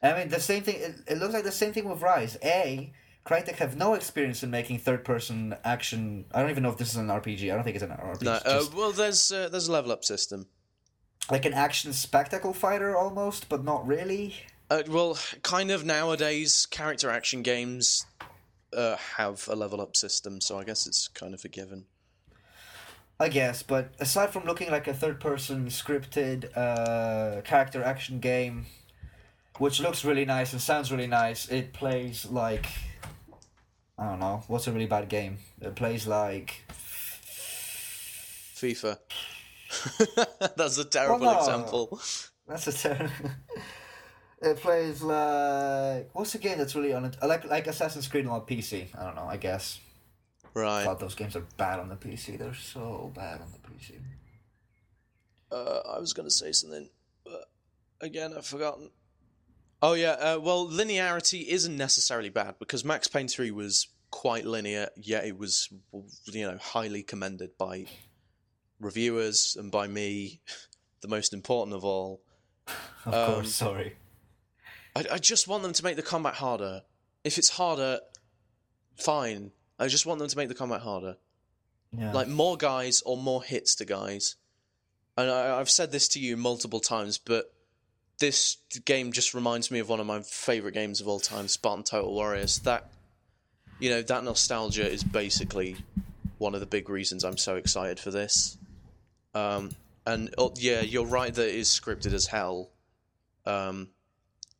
Speaker 1: I mean, the same thing. It, it looks like the same thing with Rise. A, Crytek have no experience in making third-person action. I don't even know if this is an RPG. I don't think it's an RPG.
Speaker 2: No,
Speaker 1: It's
Speaker 2: uh,
Speaker 1: just
Speaker 2: well, there's uh, there's a level up system.
Speaker 1: like an action spectacle fighter almost, but not really.
Speaker 2: Uh, well, kind of nowadays, character action games uh, have a level up system, so I guess it's kind of a given.
Speaker 1: I guess, but aside from looking like a third person scripted uh, character action game, which looks really nice and sounds really nice, it plays like. I don't know. What's a really bad game? It plays like.
Speaker 2: FIFA. That's a terrible
Speaker 1: Well, no.
Speaker 2: example.
Speaker 1: That's a term. it plays like. What's a game that's really on it? Like, like Assassin's Creed on PC. I don't know, I guess. I
Speaker 2: Right.
Speaker 1: thought those games are bad on the PC. They're so bad on the PC.
Speaker 2: Uh, I was going to say something, but again, I've forgotten. Oh, yeah. Uh, well, linearity isn't necessarily bad because Max Payne 3 was quite linear, yet it was, you know, highly commended by reviewers and by me, the most important of all.
Speaker 1: Of
Speaker 2: Um,
Speaker 1: course, sorry.
Speaker 2: I, I just want them to make the combat harder. If it's harder, fine. I just want them to make the combat harder.
Speaker 1: Yeah.
Speaker 2: Like more guys or more hits to guys. And I, I've said this to you multiple times, but this game just reminds me of one of my favorite games of all time, Spartan Total Warriors. That, you know, that nostalgia is basically one of the big reasons I'm so excited for this. Um, and oh, yeah, you're right that it is scripted as hell. Um,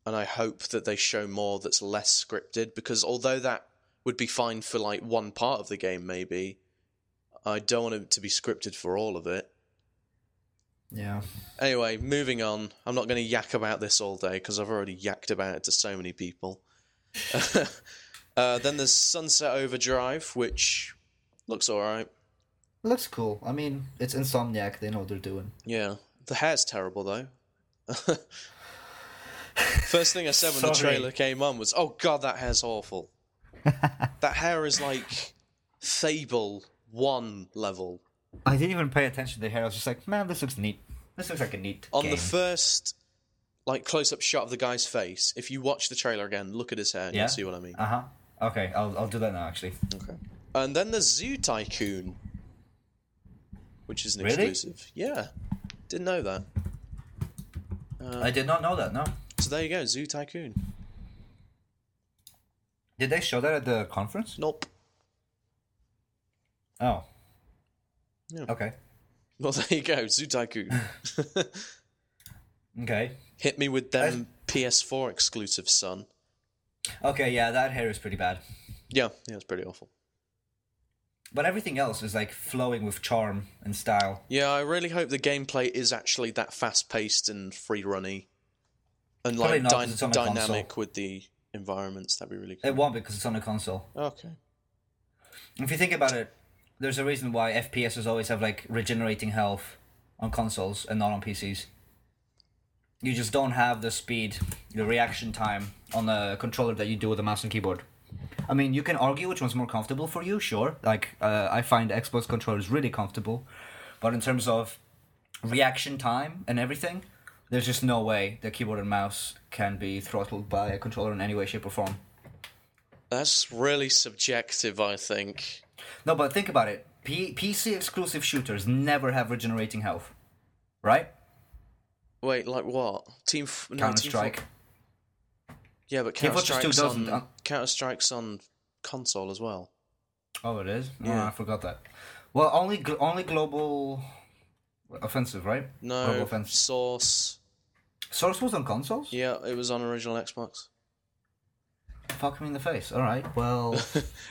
Speaker 2: and I hope that they show more that's less scripted because although that would be fine for like one part of the game, maybe, I don't want it to be scripted for all of it.
Speaker 1: yeah.
Speaker 2: Anyway, moving on. I'm not going to yak about this all day because I've already yacked about it to so many people. uh, then there's Sunset Overdrive, which looks all right.
Speaker 1: Looks cool. I mean, it's Insomniac. They know what they're doing.
Speaker 2: Yeah, the hair's terrible though. First thing I said when the
Speaker 1: Sorry.
Speaker 2: trailer came on was, "Oh God, that hair's awful." that hair is like Fable One level.
Speaker 1: I didn't even pay attention to the hair. I was just like, man, this looks neat. This looks like a neat
Speaker 2: On
Speaker 1: game.
Speaker 2: the first like close-up shot of the guy's face, if you watch the trailer again, look at his hair and
Speaker 1: Yeah.
Speaker 2: you'll see what I mean.
Speaker 1: uh huh. Okay, I'll I'll do that now. Actually,
Speaker 2: Okay. And then there's Zoo Tycoon, which is an
Speaker 1: Really?
Speaker 2: exclusive. Yeah, didn't know that. Uh.
Speaker 1: I did not know that. No,
Speaker 2: So there you go, Zoo Tycoon.
Speaker 1: did they show that at the conference?
Speaker 2: Nope.
Speaker 1: Oh.
Speaker 2: No.
Speaker 1: Okay.
Speaker 2: Well, there you go, Zoo Tycoon.
Speaker 1: Okay.
Speaker 2: Hit me with them PS4 exclusive, son.
Speaker 1: Okay. Yeah, that hair is pretty bad,
Speaker 2: Yeah, yeah, it's pretty awful.
Speaker 1: but everything else is like flowing with charm and style.
Speaker 2: Yeah, I really hope the gameplay is actually that fast-paced and free-runny, and like
Speaker 1: Probably not, 'cause
Speaker 2: dyn-
Speaker 1: it's on a console.
Speaker 2: dynamic with the environments. That'd be really cool.
Speaker 1: It won't because it's on a console.
Speaker 2: Okay.
Speaker 1: If you think about it, there's a reason why FPSs always have like regenerating health on consoles and not on PCs. You just don't have the speed, the reaction time on a controller that you do with a mouse and keyboard. I mean, you can argue which one's more comfortable for you, sure. Like, uh, I find Xbox controllers really comfortable. But in terms of reaction time and everything, there's just no way the keyboard and mouse can be throttled by a controller in any way, shape, or form.
Speaker 2: That's really subjective, I think.
Speaker 1: No, but think about it. P- PC exclusive shooters never have regenerating health, right?
Speaker 2: Wait, like what? Team f- no,
Speaker 1: Counter
Speaker 2: Team
Speaker 1: Strike.
Speaker 2: Yeah, but
Speaker 1: Team
Speaker 2: Counter
Speaker 1: Fortress 2
Speaker 2: Strike's on
Speaker 1: doesn't, uh.
Speaker 2: Counter Strike's on console as well.
Speaker 1: Oh, it is.
Speaker 2: Yeah.
Speaker 1: Oh, I forgot that. Well, only gl- only global offensive, right? Global
Speaker 2: No
Speaker 1: offensive.
Speaker 2: Source.
Speaker 1: Source was on consoles.
Speaker 2: Yeah, it was on original Xbox.
Speaker 1: Fuck me in the face. All right. Well,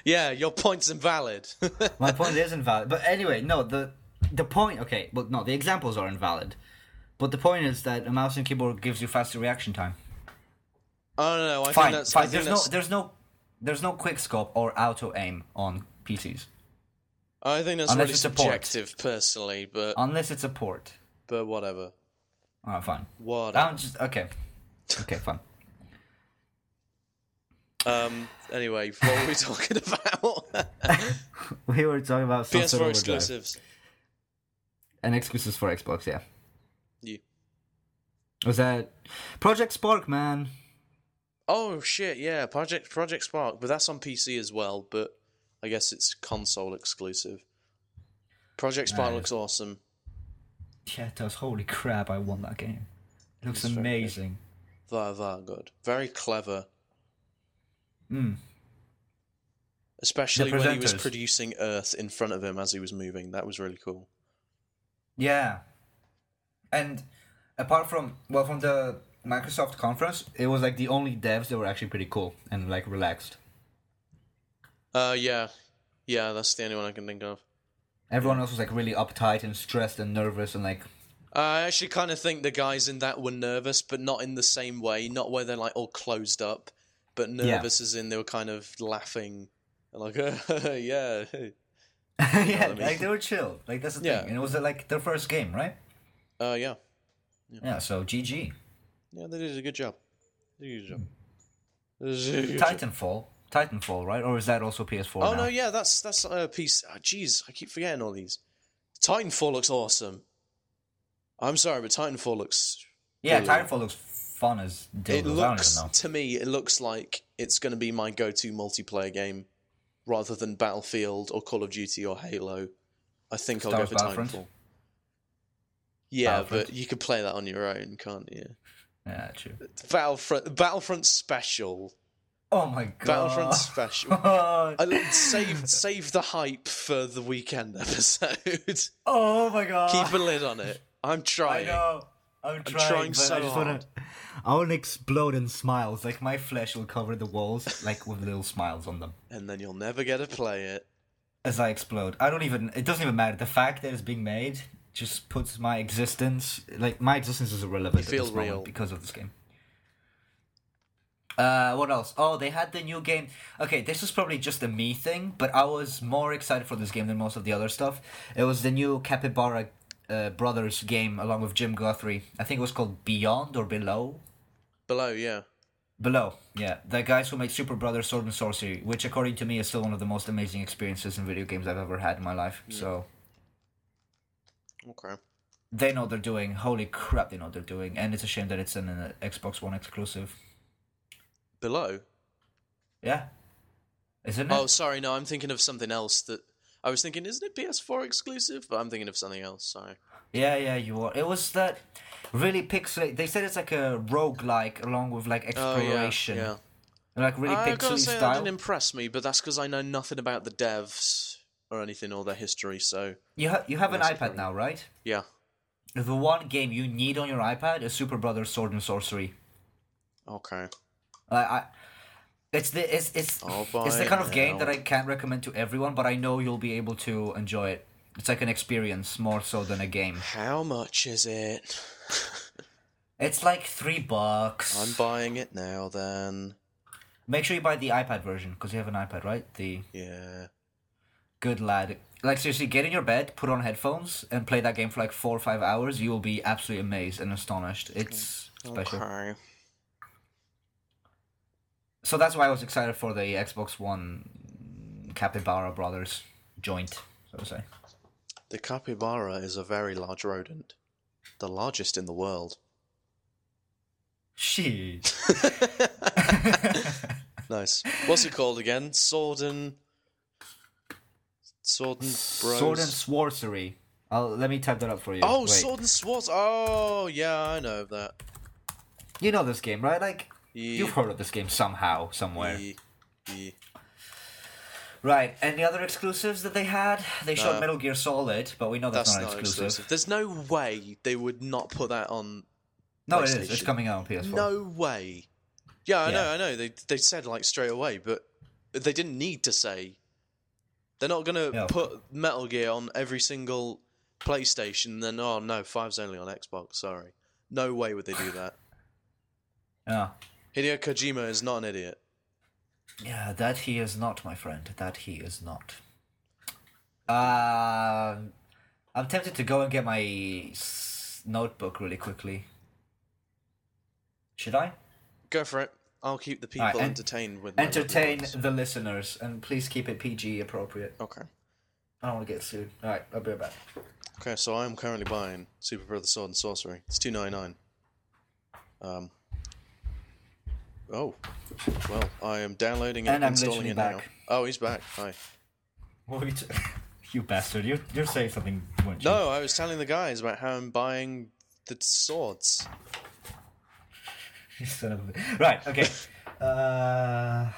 Speaker 2: Yeah, your point's invalid.
Speaker 1: my point is invalid. But anyway, no. The the point. Okay. But no, the examples are invalid. But the point is that a mouse and keyboard gives you faster reaction time.
Speaker 2: I don't know. I
Speaker 1: Fine.
Speaker 2: think that's. I
Speaker 1: fine.
Speaker 2: think
Speaker 1: There's no
Speaker 2: that's,
Speaker 1: there's no there's no quick scope or auto aim on PCs
Speaker 2: I think that's
Speaker 1: unless
Speaker 2: really
Speaker 1: it's a Uh. port.
Speaker 2: subjective, personally. But
Speaker 1: unless it's a port.
Speaker 2: but whatever.
Speaker 1: Oh, fine.
Speaker 2: Whatever.
Speaker 1: I'm just okay. Okay, fine.
Speaker 2: Um. Anyway, what were we talking about?
Speaker 1: We were talking about Sunset
Speaker 2: PS4
Speaker 1: Overdrive.
Speaker 2: exclusives.
Speaker 1: and exclusives for Xbox. Yeah,
Speaker 2: Yeah.
Speaker 1: was that Project Spark, man?
Speaker 2: Oh shit! Yeah, Project Project Spark, but that's on PC as well. But I guess it's console exclusive. Project Spark looks awesome.
Speaker 1: Yeah, it does. Holy crap! I won that game. It looks amazing.
Speaker 2: Very, very good. Very clever.
Speaker 1: Hmm.
Speaker 2: Especially
Speaker 1: The
Speaker 2: when he was
Speaker 1: presenters.
Speaker 2: producing Earth in front of him as he was moving. That was really cool.
Speaker 1: Yeah, and apart from well, from the Microsoft conference, it was like the only devs that were actually pretty cool and like relaxed.
Speaker 2: Uh, yeah, yeah, that's the only one I can think of.
Speaker 1: Everyone else was like really uptight and stressed and nervous and like
Speaker 2: I actually kind of think the guys in that were nervous, but not in the same way. Not where they're like all closed up, but nervous as in they were kind of laughing, and like, yeah,
Speaker 1: yeah,
Speaker 2: what I mean?
Speaker 1: like they were chill. Like that's the
Speaker 2: Yeah.
Speaker 1: thing. And it was like their first game, right?
Speaker 2: uh, yeah,
Speaker 1: Yeah. So GG.
Speaker 2: yeah. They did a good job. They did a good job. They did a good job.
Speaker 1: Hmm. Titanfall. Titanfall, right? Or is that also PS4?
Speaker 2: Oh
Speaker 1: now?
Speaker 2: no, yeah, that's that's a piece. ah, Jeez, I keep forgetting all these. Titanfall looks awesome. I'm sorry, but Titanfall looks
Speaker 1: Yeah,
Speaker 2: Brilliant.
Speaker 1: Titanfall looks fun as
Speaker 2: It
Speaker 1: dildos. I don't
Speaker 2: looks
Speaker 1: even know.
Speaker 2: to me, it looks like it's going to be my go-to multiplayer game, rather than Battlefield or Call of Duty or Halo. I think
Speaker 1: Star
Speaker 2: I'll go
Speaker 1: Wars
Speaker 2: for
Speaker 1: Battlefront?
Speaker 2: Titanfall. Yeah,
Speaker 1: Battlefront?
Speaker 2: but you could play that on your own, can't you?
Speaker 1: Yeah, true.
Speaker 2: Battlefront, Battlefront Special,
Speaker 1: Oh my god.
Speaker 2: Battlefront Special.
Speaker 1: God.
Speaker 2: I l- save save the hype for the weekend episode.
Speaker 1: Oh my god.
Speaker 2: Keep a lid on it. I'm
Speaker 1: I
Speaker 2: trying.
Speaker 1: know. I'm trying,
Speaker 2: trying
Speaker 1: but
Speaker 2: so
Speaker 1: I just wanna. I will explode in smiles. Like my flesh will cover the walls, like with little smiles on them
Speaker 2: And then you'll never get to play it.
Speaker 1: as I explode. I don't even. It doesn't even matter. The fact that it's being made just puts my existence, like my existence, is irrelevant
Speaker 2: feel
Speaker 1: at this moment
Speaker 2: real.
Speaker 1: because of this game. Uh, what else? Oh, they had the new game. Okay, this is probably just a me thing, but I was more excited for this game than most of the other stuff. It was the new Capybara uh, Brothers game along with Jim Guthrie. I think it was called Beyond or Below.
Speaker 2: Below, yeah.
Speaker 1: Below, yeah, the guys who made Super Brothers Sword and Sorcery, which according to me is still one of the most amazing experiences in video games I've ever had in my life. So
Speaker 2: Okay.
Speaker 1: they know what they're doing. Holy crap, they know what they're doing, and it's a shame that it's an, uh Xbox One exclusive.
Speaker 2: Below.
Speaker 1: Yeah, isn't it?
Speaker 2: Oh, sorry. No, I'm thinking of something else. That I was thinking, isn't it PS4 exclusive? But I'm thinking of something else. Sorry.
Speaker 1: Yeah, yeah, you are. It was that really pixel. They said it's like a roguelike along with like
Speaker 2: Oh yeah.
Speaker 1: exploration,
Speaker 2: Yeah. Uh,
Speaker 1: like really
Speaker 2: I gotta
Speaker 1: pixely
Speaker 2: say that
Speaker 1: style.
Speaker 2: didn't impress me, but that's because I know nothing about the devs or anything or their history. So
Speaker 1: You ha- you have an
Speaker 2: Yes,
Speaker 1: iPad now, right?
Speaker 2: yeah.
Speaker 1: The one game you need on your iPad is Super Brothers Sword and Sorcery.
Speaker 2: Okay.
Speaker 1: I, I it's the it's it's
Speaker 2: I'll
Speaker 1: it's the
Speaker 2: buy
Speaker 1: kind
Speaker 2: it
Speaker 1: of game that
Speaker 2: now.
Speaker 1: I can't recommend to everyone, but I know you'll be able to enjoy it. It's like an experience more so than a game.
Speaker 2: How much is it?
Speaker 1: It's like three bucks.
Speaker 2: I'm buying it now. Then.
Speaker 1: Make sure you buy the iPad version because you have an iPad, right? The
Speaker 2: Yeah.
Speaker 1: good lad. Like seriously, get in your bed, put on headphones, and play that game for like four or five hours. You will be absolutely amazed and astonished. It's special.
Speaker 2: Okay.
Speaker 1: So that's why I was excited for the Xbox One Capybara Brothers joint, so to say.
Speaker 2: The capybara is a very large rodent, the largest in the world.
Speaker 1: Shit.
Speaker 2: Nice. What's it called again? Sword and. Sword and Bros.
Speaker 1: Sword and Sorcery. I'll let me type that up for you.
Speaker 2: oh,
Speaker 1: Wait.
Speaker 2: Sword and Swords. Oh, yeah, I know of that.
Speaker 1: You know this game, right? Like
Speaker 2: Yeah.
Speaker 1: you've heard of this game somehow, somewhere.
Speaker 2: Yeah, yeah.
Speaker 1: Right. Any other exclusives that they had? They showed
Speaker 2: No.
Speaker 1: Metal Gear Solid, but we know that's,
Speaker 2: Uh, That's
Speaker 1: not,
Speaker 2: not
Speaker 1: exclusive.
Speaker 2: exclusive. There's no way they would not put that on.
Speaker 1: No, it is. It's
Speaker 2: PlayStation.
Speaker 1: coming out on PS4.
Speaker 2: No way. Yeah, I know,
Speaker 1: Yeah.
Speaker 2: I know. They they said like straight away, but they didn't need to say. They're not gonna
Speaker 1: Yeah.
Speaker 2: put Metal Gear on every single PlayStation. Then oh no, five's only on Xbox. Sorry, no way would they do that.
Speaker 1: Yeah.
Speaker 2: Hideo Kojima is not an idiot.
Speaker 1: Yeah, that he is not, my friend. That he is not. Um, I'm tempted to go and get my s- notebook really quickly. Should I?
Speaker 2: Go for it. I'll keep the people
Speaker 1: Alright, en-
Speaker 2: entertained with my lovely
Speaker 1: Entertain
Speaker 2: voice.
Speaker 1: the listeners and please keep it PG appropriate.
Speaker 2: Okay.
Speaker 1: I don't want to get sued. All right, I'll be right back.
Speaker 2: Okay, so I am currently buying Super Brother Sword and Sorcery. It's two ninety nine. Um. Oh, well, I am downloading it
Speaker 1: And
Speaker 2: and
Speaker 1: I'm
Speaker 2: installing
Speaker 1: literally
Speaker 2: it now.
Speaker 1: back.
Speaker 2: Oh, he's back. Hi.
Speaker 1: Wait, you bastard! You're you're saying something. weren't you?
Speaker 2: No, I was telling the guys about how I'm buying the swords.
Speaker 1: You son of a- Right. Okay. uh,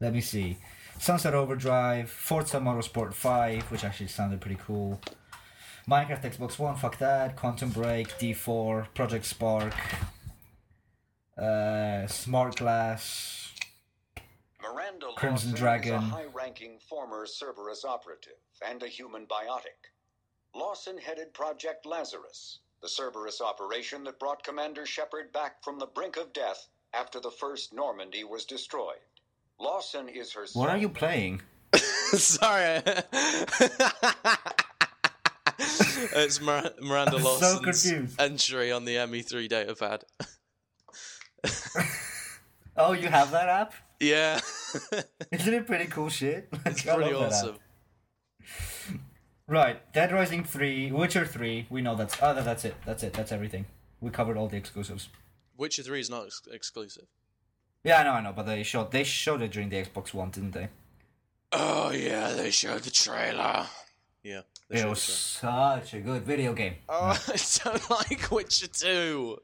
Speaker 1: let me see. Sunset Overdrive, Forza Motorsport Five, which actually sounded pretty cool. Minecraft Xbox One, fuck that. Quantum Break, D4, Project Spark, uh, Smart Glass.
Speaker 4: Miranda
Speaker 1: Crimson
Speaker 4: Lawson
Speaker 1: Dragon.
Speaker 4: is a high-ranking former Cerberus operative and a human biotic. Lawson headed Project Lazarus, the Cerberus operation that brought Commander Shepard back from the brink of death after the first Normandy was destroyed. Lawson is herself.
Speaker 1: What are you playing?
Speaker 2: Sorry. it's Mir- Miranda
Speaker 1: I'm so
Speaker 2: Lawson's
Speaker 1: confused.
Speaker 2: entry on the E ME3 datapad.
Speaker 1: Oh, you have that app?
Speaker 2: yeah,
Speaker 1: Isn't it pretty cool shit? Like,
Speaker 2: it's
Speaker 1: I
Speaker 2: pretty
Speaker 1: love that app.
Speaker 2: awesome.
Speaker 1: Right, Dead Rising ah, 3, Witcher 3, we know that's oh that- that's it. That's it. That's everything. We covered all the exclusives.
Speaker 2: Witcher Three is not ex- exclusive.
Speaker 1: Yeah, I know, I know, but they showed they showed it during the Xbox One, didn't they?
Speaker 2: Oh yeah, they showed the trailer. Yeah, they
Speaker 1: it
Speaker 2: showed
Speaker 1: was
Speaker 2: the trailer.
Speaker 1: such a good video game.
Speaker 2: Oh, I don't like Witcher Two.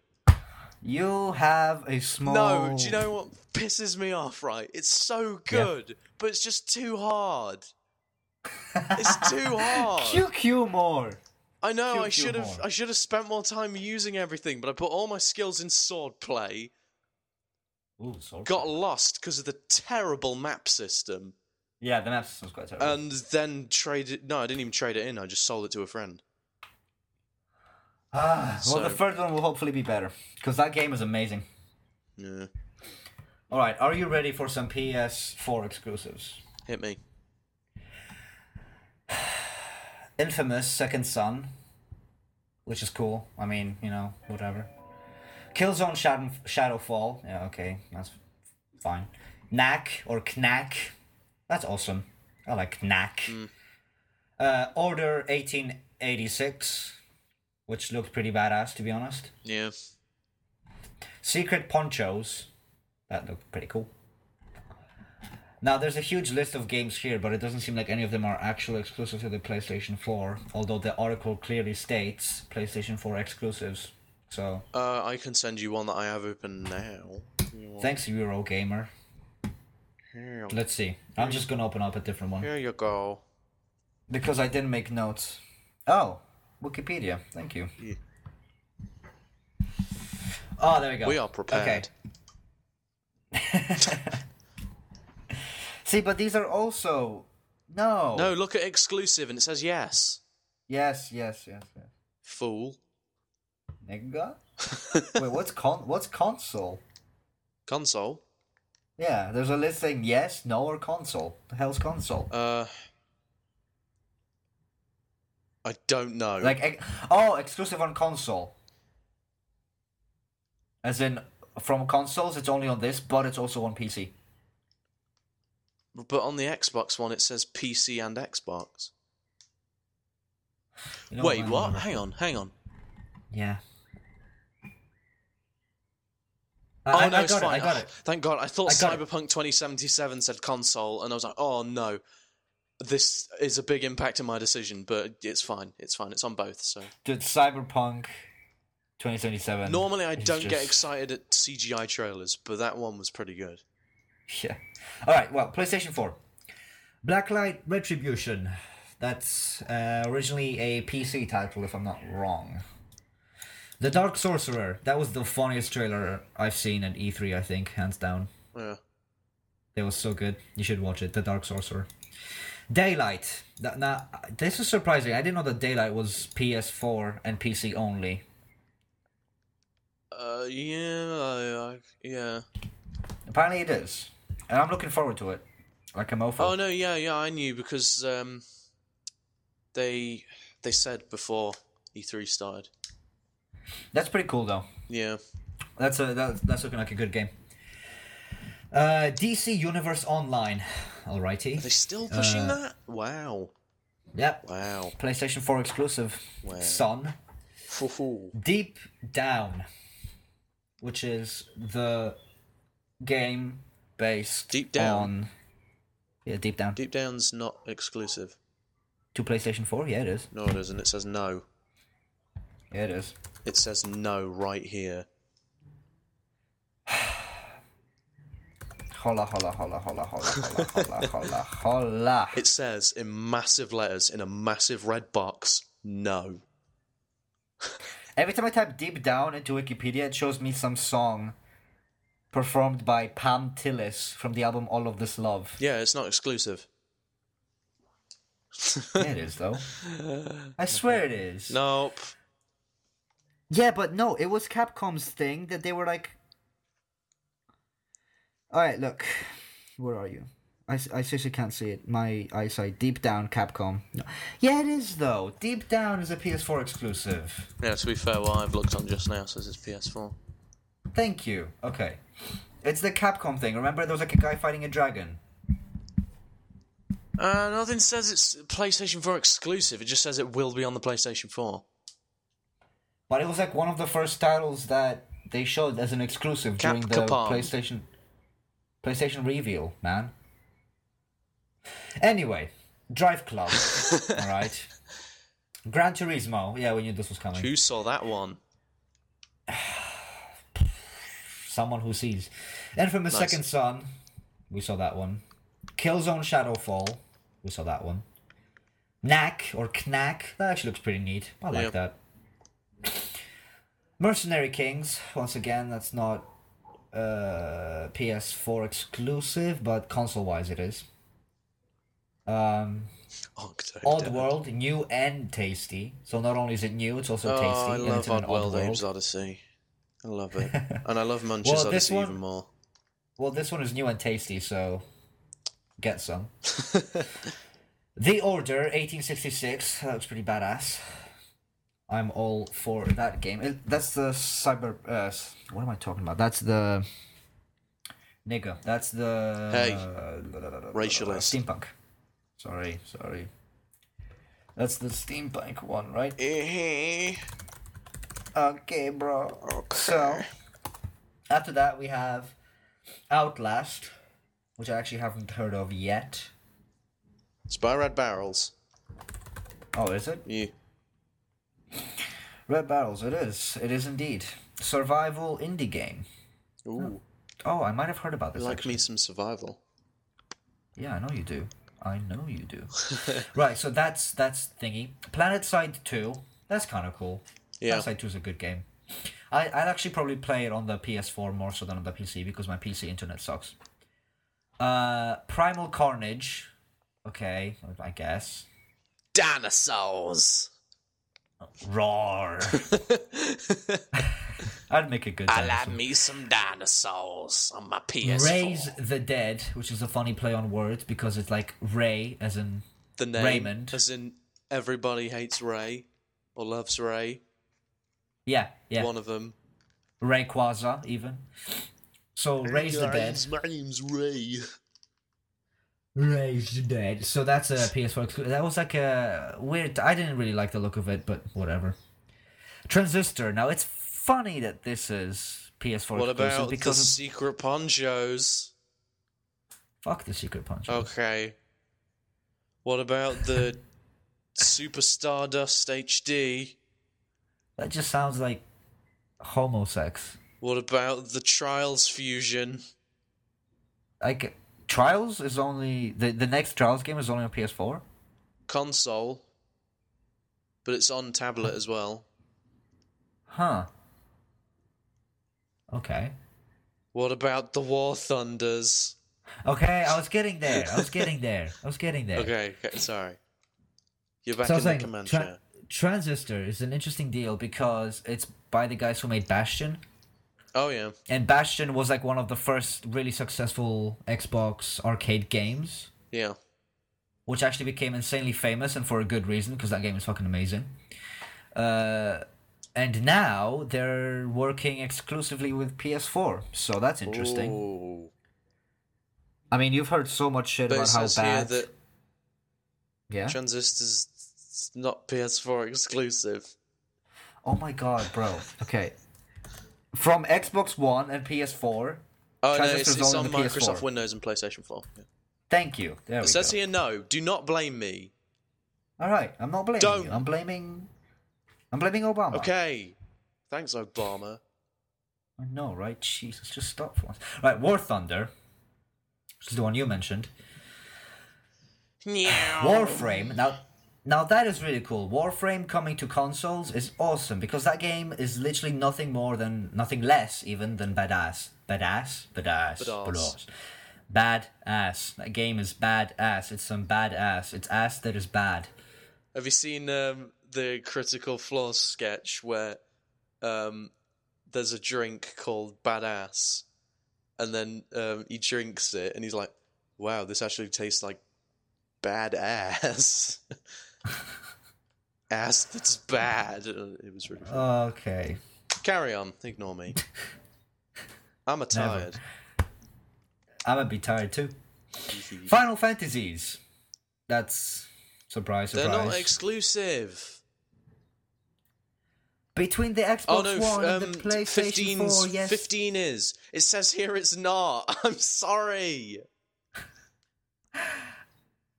Speaker 1: You have a small.
Speaker 2: No, do you know what pisses me off? Right, it's so good, but it's just too hard. It's too hard.
Speaker 1: QQ more.
Speaker 2: I know.
Speaker 1: Kill Kill
Speaker 2: I should have.
Speaker 1: more.
Speaker 2: I should have spent more time using everything, but I put all my skills in swordplay.
Speaker 1: Ooh, sorry.
Speaker 2: Got lost because of the terrible map system,
Speaker 1: Yeah, the map system's quite terrible.
Speaker 2: and then traded. No, I didn't even trade it in. I just sold it to a friend.
Speaker 1: Ah, well, the
Speaker 2: so-
Speaker 1: third one will hopefully be better because that game is amazing.
Speaker 2: Yeah,
Speaker 1: All right, are you ready for some PS4 exclusives?
Speaker 2: hit me.
Speaker 1: Infamous Second Son, which is cool. I mean, you know, whatever. Killzone Shadow Shadowfall. Yeah, okay, that's fine. Knack or Knack, that's awesome. I like Knack. Uh, Order eighteen eighty six, which looks pretty badass to be honest.
Speaker 2: Yeah,
Speaker 1: Secret ponchos. That looked pretty cool. Now, there's a huge list of games here, but it doesn't seem like any of them are actual exclusive to the PlayStation 4, although the article clearly states PlayStation 4 exclusives. So,
Speaker 2: uh, I can send you one that I have open now.
Speaker 1: thanks, Eurogamer.
Speaker 2: Here, you-
Speaker 1: Let's see. I'm just gonna open up a different one.
Speaker 2: here you go.
Speaker 1: Because I didn't make notes. Oh, Wikipedia. Thank you.
Speaker 2: Yeah.
Speaker 1: Oh, there we go.
Speaker 2: We are prepared.
Speaker 1: See, but these are also. No.
Speaker 2: No, look at exclusive, and it says yes.
Speaker 1: Yes, yes, yes, yes.
Speaker 2: Fool.
Speaker 1: Nigga? Wait, what's con what's console?
Speaker 2: Console.
Speaker 1: Yeah, there's a list saying yes, no, or console. The hell's console?
Speaker 2: Uh, I don't know.
Speaker 1: Like, ex- oh, exclusive on console. As in, from consoles, it's only on this, but it's also on PC.
Speaker 2: But on the Xbox one, it says PC and Xbox.
Speaker 1: You know
Speaker 2: Wait,
Speaker 1: I
Speaker 2: what?
Speaker 1: remember.
Speaker 2: Hang on, hang on.
Speaker 1: Yeah.
Speaker 2: oh
Speaker 1: I,
Speaker 2: no,
Speaker 1: I
Speaker 2: it's
Speaker 1: got
Speaker 2: fine.
Speaker 1: it. I got
Speaker 2: Oh,
Speaker 1: it.
Speaker 2: Thank God. I thought
Speaker 1: I got it.
Speaker 2: Cyberpunk 2077 said console, and I was like, oh no, this is a big impact on my decision. But it's fine. It's fine. It's on both. So
Speaker 1: Dude, Cyberpunk, 2077.
Speaker 2: normally I
Speaker 1: is
Speaker 2: don't get
Speaker 1: just-
Speaker 2: excited at CGI trailers, but that one was pretty good.
Speaker 1: Yeah. All right. Well, PlayStation Four, Blacklight Retribution. That's uh, originally a PC title, if I'm not wrong. The Dark Sorcerer. That was the funniest trailer I've seen at E3. I think, hands down.
Speaker 2: Yeah.
Speaker 1: It was so good. You should watch it. The Dark Sorcerer. Daylight. That, now, this is surprising. I didn't know that Daylight was PS4 and PC only.
Speaker 2: Uh, yeah, I, I, yeah.
Speaker 1: Apparently, it is, and I'm looking forward to it. Like a mofo.
Speaker 2: Oh no, yeah, yeah, I knew because um, they they said before E3 started.
Speaker 1: That's pretty cool, though.
Speaker 2: Yeah.
Speaker 1: That's a that, that's looking like a good game. Uh, DC Universe Online,
Speaker 2: Are they
Speaker 1: alrighty.
Speaker 2: still pushing that? Wow.
Speaker 1: Yep,
Speaker 2: Wow.
Speaker 1: PlayStation Four exclusive.
Speaker 2: Wow.
Speaker 1: Sun
Speaker 2: Foo-foo.
Speaker 1: Deep Down, which is the game based
Speaker 2: Deep Down?
Speaker 1: on yeah Deep Down
Speaker 2: Deep Down's not exclusive.
Speaker 1: to PlayStation Four. Yeah, it is.
Speaker 2: No, it isn't. It says no.
Speaker 1: Yeah, it is.
Speaker 2: It says no right here.
Speaker 1: Holla holla holla holla holla holla holla holla holla.
Speaker 2: It says in massive letters in a massive red box, no.
Speaker 1: Every time I type deep down into Wikipedia, it shows me some song performed by Pam Tillis from the album All of This Love.
Speaker 2: Yeah, it's not exclusive.
Speaker 1: Yeah, it is, though. I swear it is.
Speaker 2: Nope.
Speaker 1: Yeah, but no, it was Capcom's thing that they were like. Alright, look. Where are you? I, s- I seriously can't see it. My eyesight. Deep down, Capcom. No. Yeah, it is, though. Deep down is a PS4 exclusive.
Speaker 2: Yeah, to be fair, what I've looked on just now says it's PS4.
Speaker 1: Thank you. Okay. It's the Capcom thing. Remember, there was like a guy fighting a dragon?
Speaker 2: Uh, nothing says it's PlayStation 4 exclusive. It just says it will be on the PlayStation 4.
Speaker 1: But it was like one of the first titles that They showed as an exclusive
Speaker 2: Cap
Speaker 1: during the
Speaker 2: Capon.
Speaker 1: PlayStation PlayStation reveal, man. Anyway, Drive Club. all right. Gran Turismo. Yeah, we knew this was coming.
Speaker 2: Who saw that one?
Speaker 1: Someone who sees. Infamous
Speaker 2: Nice.
Speaker 1: Second Son. We saw that one. Killzone Shadowfall. We saw that one. Knack or Knack. That actually looks pretty neat. I like
Speaker 2: Yeah.
Speaker 1: that. Mercenary Kings. Once again, that's not uh, PS4 exclusive, but console wise it is. Um,
Speaker 2: Octodad.
Speaker 1: Odd World, new and tasty. So not only is it new, it's also
Speaker 2: Oh,
Speaker 1: tasty.
Speaker 2: I
Speaker 1: and
Speaker 2: love
Speaker 1: it's in an
Speaker 2: Odd World,
Speaker 1: Oddworld.
Speaker 2: Abe's Odyssey. I love it, and I love Munch's
Speaker 1: Well, this
Speaker 2: Odyssey
Speaker 1: one-
Speaker 2: even more.
Speaker 1: Well, this one is new and tasty, so get some. the Order, 1866. That looks pretty badass. I'm all for that game. It, that's the cyber. Uh, s- what am I talking about? That's the. Nigga. That's the.
Speaker 2: Hey.
Speaker 1: Uh,
Speaker 2: Racialist.
Speaker 1: Steampunk. Sorry, sorry. That's the steampunk one, right?
Speaker 2: Eh,
Speaker 1: Okay, bro. So, after that, we have Outlast, which I actually haven't heard of yet.
Speaker 2: Spy Red Barrels.
Speaker 1: Oh, is it?
Speaker 2: You.
Speaker 1: Red Barrels, it is. It is indeed. Survival indie game.
Speaker 2: Ooh,
Speaker 1: Oh, I might have heard about
Speaker 2: I
Speaker 1: this.
Speaker 2: like
Speaker 1: actually.
Speaker 2: me some survival.
Speaker 1: Yeah, I know you do. I know you do. right, so that's that's thingy. Planet Side 2. That's kind of cool.
Speaker 2: Yeah.
Speaker 1: Planet Side 2 is a good game. I, I'd actually probably play it on the PS4 more so than on the PC because my PC internet sucks. Uh, Primal Carnage. Okay, I guess.
Speaker 2: Dinosaurs.
Speaker 1: Roar. I'd make a good
Speaker 2: I like
Speaker 1: dinosaur.
Speaker 2: me some dinosaurs on my PS4.
Speaker 1: Raise the Dead, which is a funny play on words because it's like Ray as in
Speaker 2: the name,
Speaker 1: Raymond.
Speaker 2: as in everybody hates Ray or loves Ray.
Speaker 1: yeah, yeah.
Speaker 2: One of them.
Speaker 1: Ray Quaza even. So Raise the Dead.
Speaker 2: Guys, My name's Ray.
Speaker 1: Raise the Dead. So that's a PS4 exclusive. That was like a weird. I didn't really like the look of it, but whatever. Transistor. Now it's funny that this is PS4
Speaker 2: What
Speaker 1: exclusive
Speaker 2: about the
Speaker 1: because of-
Speaker 2: secret ponchos?
Speaker 1: fuck the Secret Punch.
Speaker 2: Okay. What about the Super Stardust HD?
Speaker 1: That just sounds like homosex.
Speaker 2: What about the Trials Fusion?
Speaker 1: Like Trials is only the the next Trials game is only on PS4.
Speaker 2: console, but it's on tablet as well.
Speaker 1: Huh. Okay.
Speaker 2: What about the War Thunders?
Speaker 1: Okay, I was getting there. I was getting there. I was getting there.
Speaker 2: Okay, okay sorry. You're back
Speaker 1: so I
Speaker 2: in
Speaker 1: was
Speaker 2: the
Speaker 1: saying,
Speaker 2: command
Speaker 1: Tran-
Speaker 2: chair.
Speaker 1: Transistor is an interesting deal because it's by the guys who made Bastion,
Speaker 2: Oh yeah,
Speaker 1: and Bastion was like one of the first really successful Xbox arcade games,
Speaker 2: yeah.
Speaker 1: which actually became insanely famous and for a good reason because that game is fucking amazing. Uh, and now they're working exclusively with PS4, so that's interesting.
Speaker 2: Ooh.
Speaker 1: I mean, you've heard so much shit
Speaker 2: But it
Speaker 1: about how
Speaker 2: says
Speaker 1: bad.
Speaker 2: here
Speaker 1: yeah.
Speaker 2: that Transistor's not PS4 exclusive.
Speaker 1: Oh my god, bro. Okay. From Xbox One and PS4.
Speaker 2: Oh no, it's,
Speaker 1: Transistor's
Speaker 2: it's on
Speaker 1: only the PS4.
Speaker 2: Microsoft Windows and PlayStation 4. Yeah.
Speaker 1: Thank you. There
Speaker 2: It
Speaker 1: we
Speaker 2: says
Speaker 1: go.
Speaker 2: here, no. Do not blame me.
Speaker 1: All right, I'm not blaming
Speaker 2: Don't.
Speaker 1: you. I'm blaming. I'm blaming Obama.
Speaker 2: Okay. Thanks, Obama.
Speaker 1: I know, right? Jesus, just stop for once. Right, War Thunder, which is the one you mentioned. Warframe. Now, now that is really cool. Warframe coming to consoles is awesome because that game is literally nothing more than, nothing less even than badass, badass, badass,
Speaker 2: Badass.
Speaker 1: badass. Badass. That game is badass. It's some badass. It's ass that is bad.
Speaker 2: Have you seen um, the Critical Flaws sketch where um, there's a drink called Badass, and then um, he drinks it and he's like, "Wow, this actually tastes like badass." Ass that's bad. Uh, It was really. Funny.
Speaker 1: Okay.
Speaker 2: Carry on. Ignore me. I'm a tired.
Speaker 1: I'm gonna be tired too. Final Fantasies. That's surprise,
Speaker 2: They're
Speaker 1: surprise.
Speaker 2: not exclusive.
Speaker 1: Between the Xbox
Speaker 2: Oh no, f-
Speaker 1: One
Speaker 2: um,
Speaker 1: and the PlayStation
Speaker 2: 15's
Speaker 1: 4, yes.
Speaker 2: 15 is. It says here it's not. I'm sorry.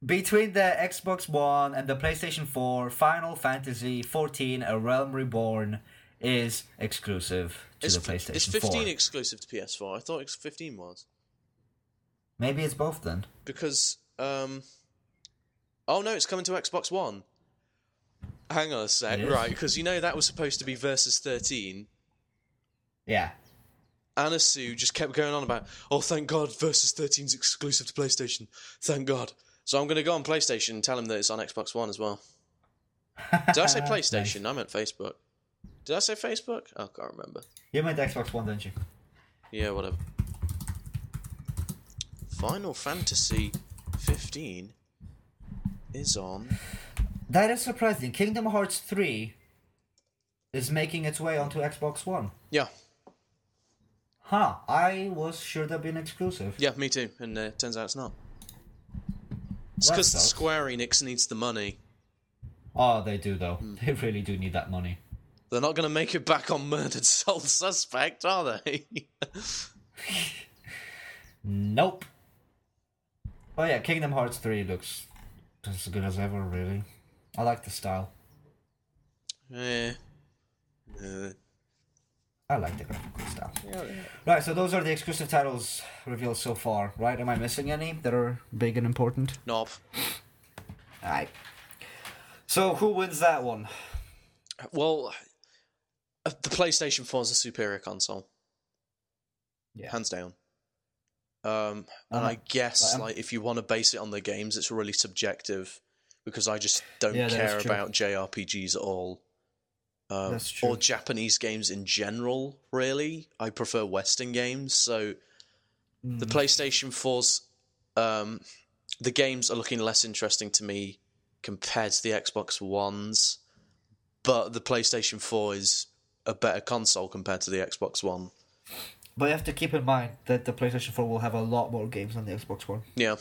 Speaker 1: Between the Xbox One and the PlayStation 4, Final Fantasy 14 A Realm Reborn is exclusive to
Speaker 2: Is
Speaker 1: the
Speaker 2: f-
Speaker 1: PlayStation
Speaker 2: is 15
Speaker 1: 4.
Speaker 2: exclusive to PS4? I thought it's 15 was
Speaker 1: Maybe it's both then.
Speaker 2: because um, oh no, it's coming to Xbox One. Hang on a sec,
Speaker 1: It is?
Speaker 2: right? Because you know that was supposed to be versus 13.
Speaker 1: Yeah.
Speaker 2: Anna Sue just kept going on about, oh, thank God, Versus 13's exclusive to PlayStation. Thank God. So I'm going to go on PlayStation and tell him that it's on Xbox One as well. Did I say PlayStation? I meant Facebook. Did I say Facebook? I can't remember.
Speaker 1: You meant Xbox One, don't you?
Speaker 2: Yeah, whatever. Final Fantasy 15 is on.
Speaker 1: That is surprising. Kingdom Hearts 3 is making its way onto Xbox One.
Speaker 2: Yeah,
Speaker 1: Huh. I was sure that'd be an exclusive.
Speaker 2: yeah, me too. And uh, turns out it's not. It's
Speaker 1: That
Speaker 2: because
Speaker 1: sucks.
Speaker 2: Square Enix needs the money.
Speaker 1: Oh, they do, though. They really do need that money.
Speaker 2: They're not going to make it back on Murdered Soul Suspect, are they?
Speaker 1: Nope. Oh, yeah, Kingdom Hearts 3 looks as good as ever, really. I like the style.
Speaker 2: Yeah. Uh,
Speaker 1: I like the graphical style. Right, so those are the exclusive titles revealed so far, right? Am I missing any that are big and important?
Speaker 2: knob.
Speaker 1: Alright. So who wins that one?
Speaker 2: Well, uh, the PlayStation 4 is a superior console.
Speaker 1: Yeah.
Speaker 2: Hands down. Um, and I
Speaker 1: Uh-huh.
Speaker 2: guess
Speaker 1: Um,
Speaker 2: like if you want to base it on the games, it's really subjective because I just don't
Speaker 1: Yeah, that is
Speaker 2: care
Speaker 1: true.
Speaker 2: about JRPGs at all. Um,
Speaker 1: That's
Speaker 2: Or
Speaker 1: true.
Speaker 2: Japanese games in general, really. I prefer Western games, so
Speaker 1: Hmm.
Speaker 2: the PlayStation 4's um, the games are looking less interesting to me compared to the Xbox Ones, but the PlayStation 4 is a better console compared to the Xbox One.
Speaker 1: But you have to keep in mind that the PlayStation 4 will have a lot more games than the Xbox One.
Speaker 2: Yeah.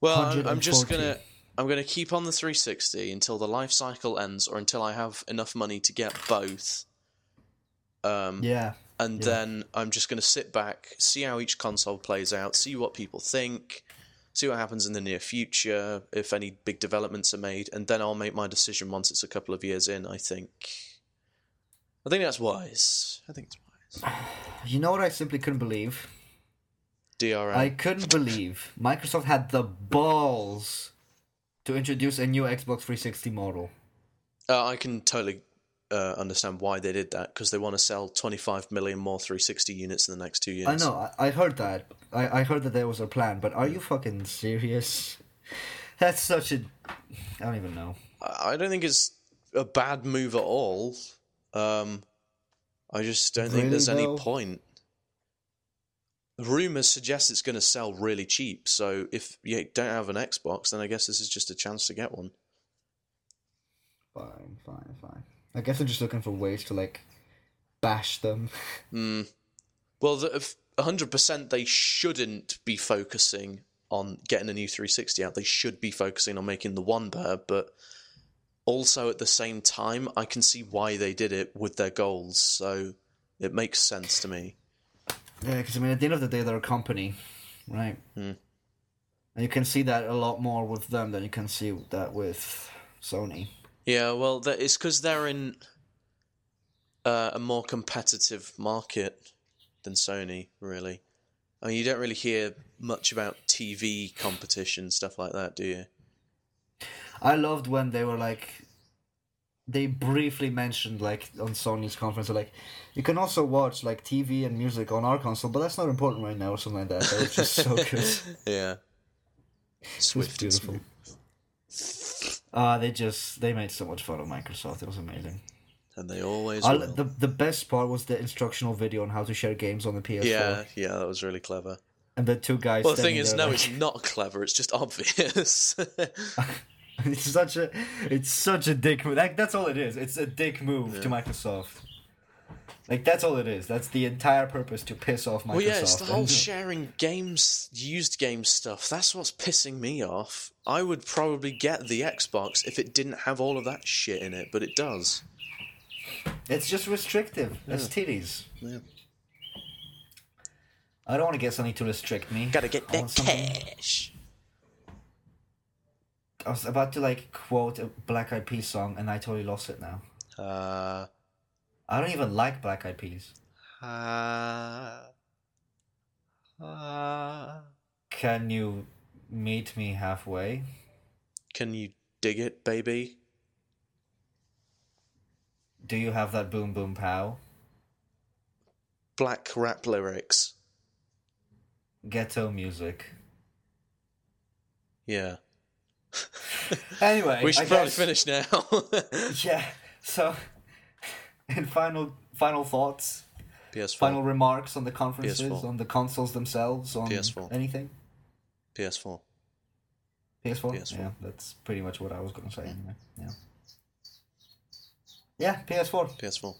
Speaker 2: Well, I'm, I'm just
Speaker 1: 140.
Speaker 2: gonna I'm gonna keep on the 360 until the life cycle ends, or until I have enough money to get both. Um,
Speaker 1: Yeah.
Speaker 2: and then I'm just going to sit back, see how each console plays out, see what people think, see what happens in the near future, if any big developments are made, and then I'll make my decision once it's a couple of years in. I think. I think that's wise. I think it's wise.
Speaker 1: You know what I simply couldn't believe?
Speaker 2: DRM.
Speaker 1: I couldn't believe Microsoft had the balls to introduce a new Xbox 360 model.
Speaker 2: Uh, I can totally uh, understand why they did that because they want to sell 25 million more 360 units in the next two years.
Speaker 1: I know. I, I heard that. I, I heard that there was a plan, but are you fucking serious? That's such a. I don't even know.
Speaker 2: I I don't think it's a bad move at all. Um, I just don't think
Speaker 1: Really,
Speaker 2: there's any
Speaker 1: though?
Speaker 2: point. Rumors suggest it's going to sell really cheap, so if you don't have an Xbox, then I guess this is just a chance to get one.
Speaker 1: Fine, fine, fine. I guess I'm just looking for ways to like bash them.
Speaker 2: Hmm. Well, the, if 100% they shouldn't be focusing on getting a new 360 out. They should be focusing on making the one better, but also at the same time, I can see why they did it with their goals, so it makes sense to me.
Speaker 1: Yeah, because I mean, at the end of the day, they're a company, right? And you can see that a lot more with them than you can see that with Sony.
Speaker 2: Yeah, well, that, it's because they're in uh, a more competitive market than Sony, really. I mean, you don't really hear much about TV competition stuff like that, do you?
Speaker 1: I loved when they were like, they briefly mentioned like on Sony's conference, they're like, you can also watch like TV and music on our console, but that's not important right now or something like that. That was just so good.
Speaker 2: Yeah. Swift and
Speaker 1: beautiful.
Speaker 2: smooth.
Speaker 1: Uh, they just they made so much fun of Microsoft. It was amazing.
Speaker 2: and they always
Speaker 1: I,
Speaker 2: will.
Speaker 1: the the best part was the instructional video on how to share games on the PS4.
Speaker 2: Yeah, yeah, that was really clever.
Speaker 1: And the two guys.
Speaker 2: Well, the thing
Speaker 1: standing
Speaker 2: is,
Speaker 1: there
Speaker 2: no,
Speaker 1: like-
Speaker 2: it's not clever. It's just obvious.
Speaker 1: it's such a it's such a dick move. Like, that's all it is. It's a dick move to Microsoft. Like that's all it is. That's the entire purpose to piss off Microsoft.
Speaker 2: Well, yeah, it's the whole
Speaker 1: and-
Speaker 2: sharing games, used game stuff. That's what's pissing me off. I would probably get the Xbox if it didn't have all of that shit in it, but it does.
Speaker 1: It's just restrictive. It's titties.
Speaker 2: Yeah.
Speaker 1: I don't want to get something to restrict me.
Speaker 2: Gotta get
Speaker 1: I
Speaker 2: that
Speaker 1: want something-
Speaker 2: cash.
Speaker 1: I was about to like quote a Black Eyed Peas song, and I totally lost it now.
Speaker 2: Uh,
Speaker 1: I don't even like Black Eyed Peas.
Speaker 2: uh, uh,
Speaker 1: Can you meet me halfway?
Speaker 2: can you dig it, baby?
Speaker 1: Do you have that boom boom pow?
Speaker 2: Black rap lyrics.
Speaker 1: Ghetto music.
Speaker 2: Yeah.
Speaker 1: Anyway,
Speaker 2: We should
Speaker 1: I
Speaker 2: probably
Speaker 1: guess-
Speaker 2: finish now.
Speaker 1: Yeah. So, in final final thoughts,
Speaker 2: PS4.
Speaker 1: final remarks on the conferences,
Speaker 2: PS4.
Speaker 1: on the consoles themselves, on
Speaker 2: PS4.
Speaker 1: anything.
Speaker 2: PS4.
Speaker 1: PS4?
Speaker 2: PS4.
Speaker 1: Yeah, that's pretty much what I was going to say. anyway. Yeah. Yeah, PS4.
Speaker 2: PS4.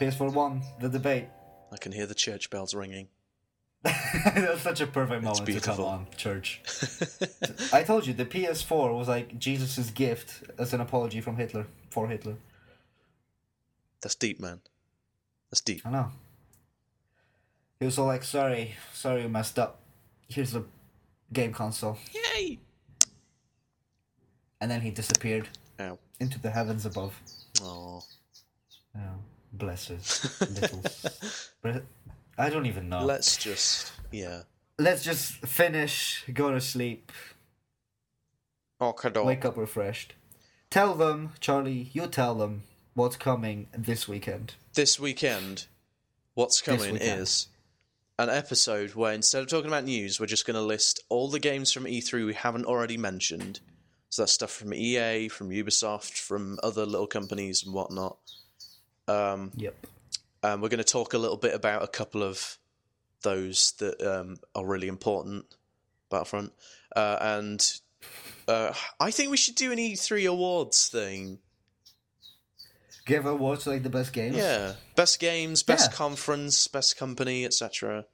Speaker 1: PS4 won the debate.
Speaker 2: I can hear the church bells ringing.
Speaker 1: that was such a perfect moment to come
Speaker 2: beautiful.
Speaker 1: on, church. I told you, the PS4 was like Jesus' gift as an apology from Hitler, for Hitler.
Speaker 2: That's deep, man. That's deep.
Speaker 1: I know. He was all like, sorry, sorry, you messed up. Here's the game console.
Speaker 2: Yay!
Speaker 1: And then he disappeared
Speaker 2: Ow.
Speaker 1: into the heavens above.
Speaker 2: Oh.
Speaker 1: Oh, bless his little. Bre- I don't even know.
Speaker 2: Let's just yeah.
Speaker 1: Let's just finish, go to sleep,
Speaker 2: Okador.
Speaker 1: wake up refreshed. Tell them, Charlie, you tell them what's coming this weekend.
Speaker 2: This weekend, what's coming
Speaker 1: weekend.
Speaker 2: is an episode where instead of talking about news, we're just going to list all the games from E3 we haven't already mentioned. So that's stuff from EA, from Ubisoft, from other little companies and whatnot. Um,
Speaker 1: Yep.
Speaker 2: and Um, we're going to talk a little bit about a couple of those that um, are really important. Battlefront, uh, and uh, I think we should do an E3 awards thing.
Speaker 1: Give awards to like the best games.
Speaker 2: Yeah, best games, best
Speaker 1: Yeah.
Speaker 2: conference, best company, etc.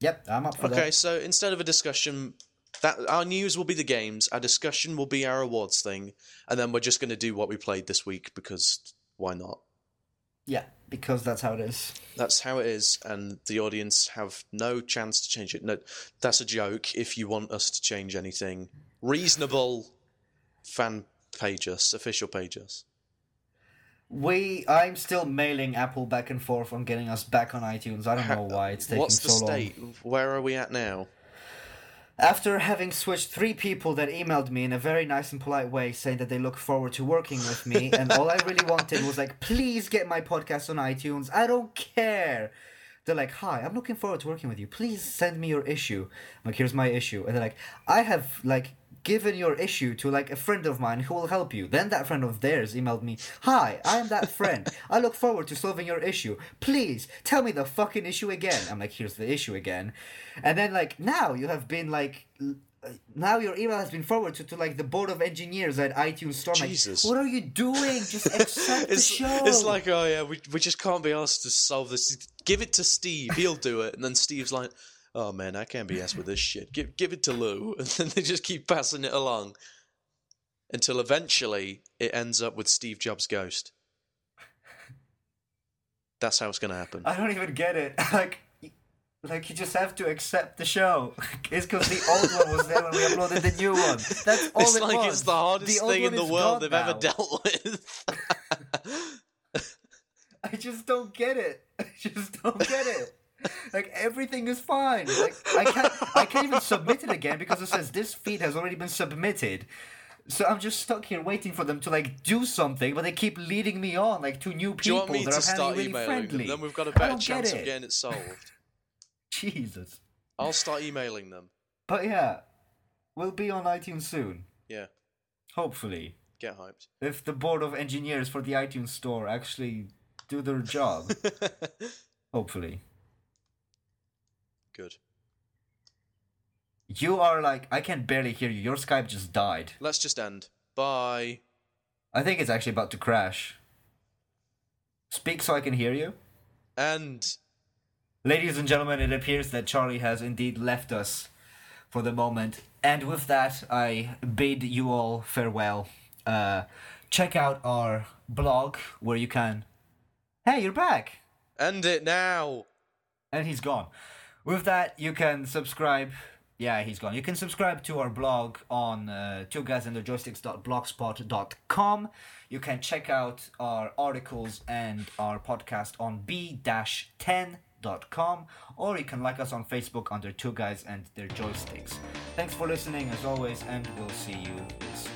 Speaker 1: Yep, I'm up for
Speaker 2: Okay,
Speaker 1: that.
Speaker 2: so instead of a discussion, that our news will be the games, our discussion will be our awards thing, and then we're just going to do what we played this week because why not?
Speaker 1: Yeah, because that's how it is.
Speaker 2: That's how it is, and the audience have no chance to change it. No, that's a joke. If you want us to change anything, reasonable fan page us, official page us.
Speaker 1: We, I'm still mailing Apple back and forth on getting us back on iTunes. I don't know why it's taking
Speaker 2: What's
Speaker 1: so
Speaker 2: the
Speaker 1: long.
Speaker 2: state? Where are we at now?
Speaker 1: After having switched three people that emailed me in a very nice and polite way saying that they look forward to working with me, and all I really wanted was like, please get my podcast on iTunes. I don't care. They're like, hi, I'm looking forward to working with you. Please send me your issue. I'm like, here's my issue. And they're like, I have like given your issue to like a friend of mine who will help you. Then that friend of theirs emailed me, hi, I am that friend. I look forward to solving your issue. Please tell me the fucking issue again. I'm like, here's the issue again. And then like now you have been like l- uh, now your email has been forwarded to, to like the board of engineers at iTunes Store. I'm like,
Speaker 2: Jesus.
Speaker 1: what are you doing? Just accept the
Speaker 2: It's,
Speaker 1: show.
Speaker 2: it's like, oh yeah, we, we just can't be asked to solve this. Give it to Steve, he'll do it. And then Steve's like, oh man, I can't be asked with this shit. Give, give it to Lou. And then they just keep passing it along until eventually it ends up with Steve Jobs' ghost. That's how it's going to happen.
Speaker 1: I don't even get it. Like, y- like you just have to accept the show. It's because the old one was there when we uploaded the new one. That's all
Speaker 2: it's
Speaker 1: it
Speaker 2: like
Speaker 1: was.
Speaker 2: it's the hardest
Speaker 1: old
Speaker 2: thing
Speaker 1: one
Speaker 2: in the
Speaker 1: is gone
Speaker 2: world they've
Speaker 1: now.
Speaker 2: ever dealt with.
Speaker 1: I just don't get it. I just don't get it. Like everything is fine. Like I can't, I can't even submit it again because it says this feed has already been submitted. So I'm just stuck here waiting for them to like do something, but they keep leading me on like to new
Speaker 2: do you
Speaker 1: people
Speaker 2: want me
Speaker 1: that
Speaker 2: to
Speaker 1: are
Speaker 2: start
Speaker 1: apparently really
Speaker 2: emailing
Speaker 1: friendly.
Speaker 2: them? Then we've got a
Speaker 1: I
Speaker 2: better
Speaker 1: don't get
Speaker 2: chance of
Speaker 1: it.
Speaker 2: getting it solved.
Speaker 1: Jesus.
Speaker 2: I'll start emailing them.
Speaker 1: But yeah, we'll be on iTunes soon,
Speaker 2: Yeah,
Speaker 1: hopefully.
Speaker 2: get hyped.
Speaker 1: If the board of engineers for the iTunes store actually do their job, hopefully.
Speaker 2: Good.
Speaker 1: You are like, I can barely hear you. Your Skype just died.
Speaker 2: Let's just end. Bye.
Speaker 1: I think it's actually about to crash. Speak so I can hear you.
Speaker 2: And
Speaker 1: Ladies and gentlemen, it appears that Charlie has indeed left us for the moment. And with that, I bid you all farewell. Uh, check out our blog where you can. Hey, you're back!
Speaker 2: end it now.
Speaker 1: and he's gone. With that, you can subscribe. Yeah, he's gone. You can subscribe to our blog on uh, two guys and the joysticks.blogspot.com. You can check out our articles and our podcast on b-10.com, or you can like us on Facebook under Two Guys and Their Joysticks. Thanks for listening, as always, and we'll see you soon.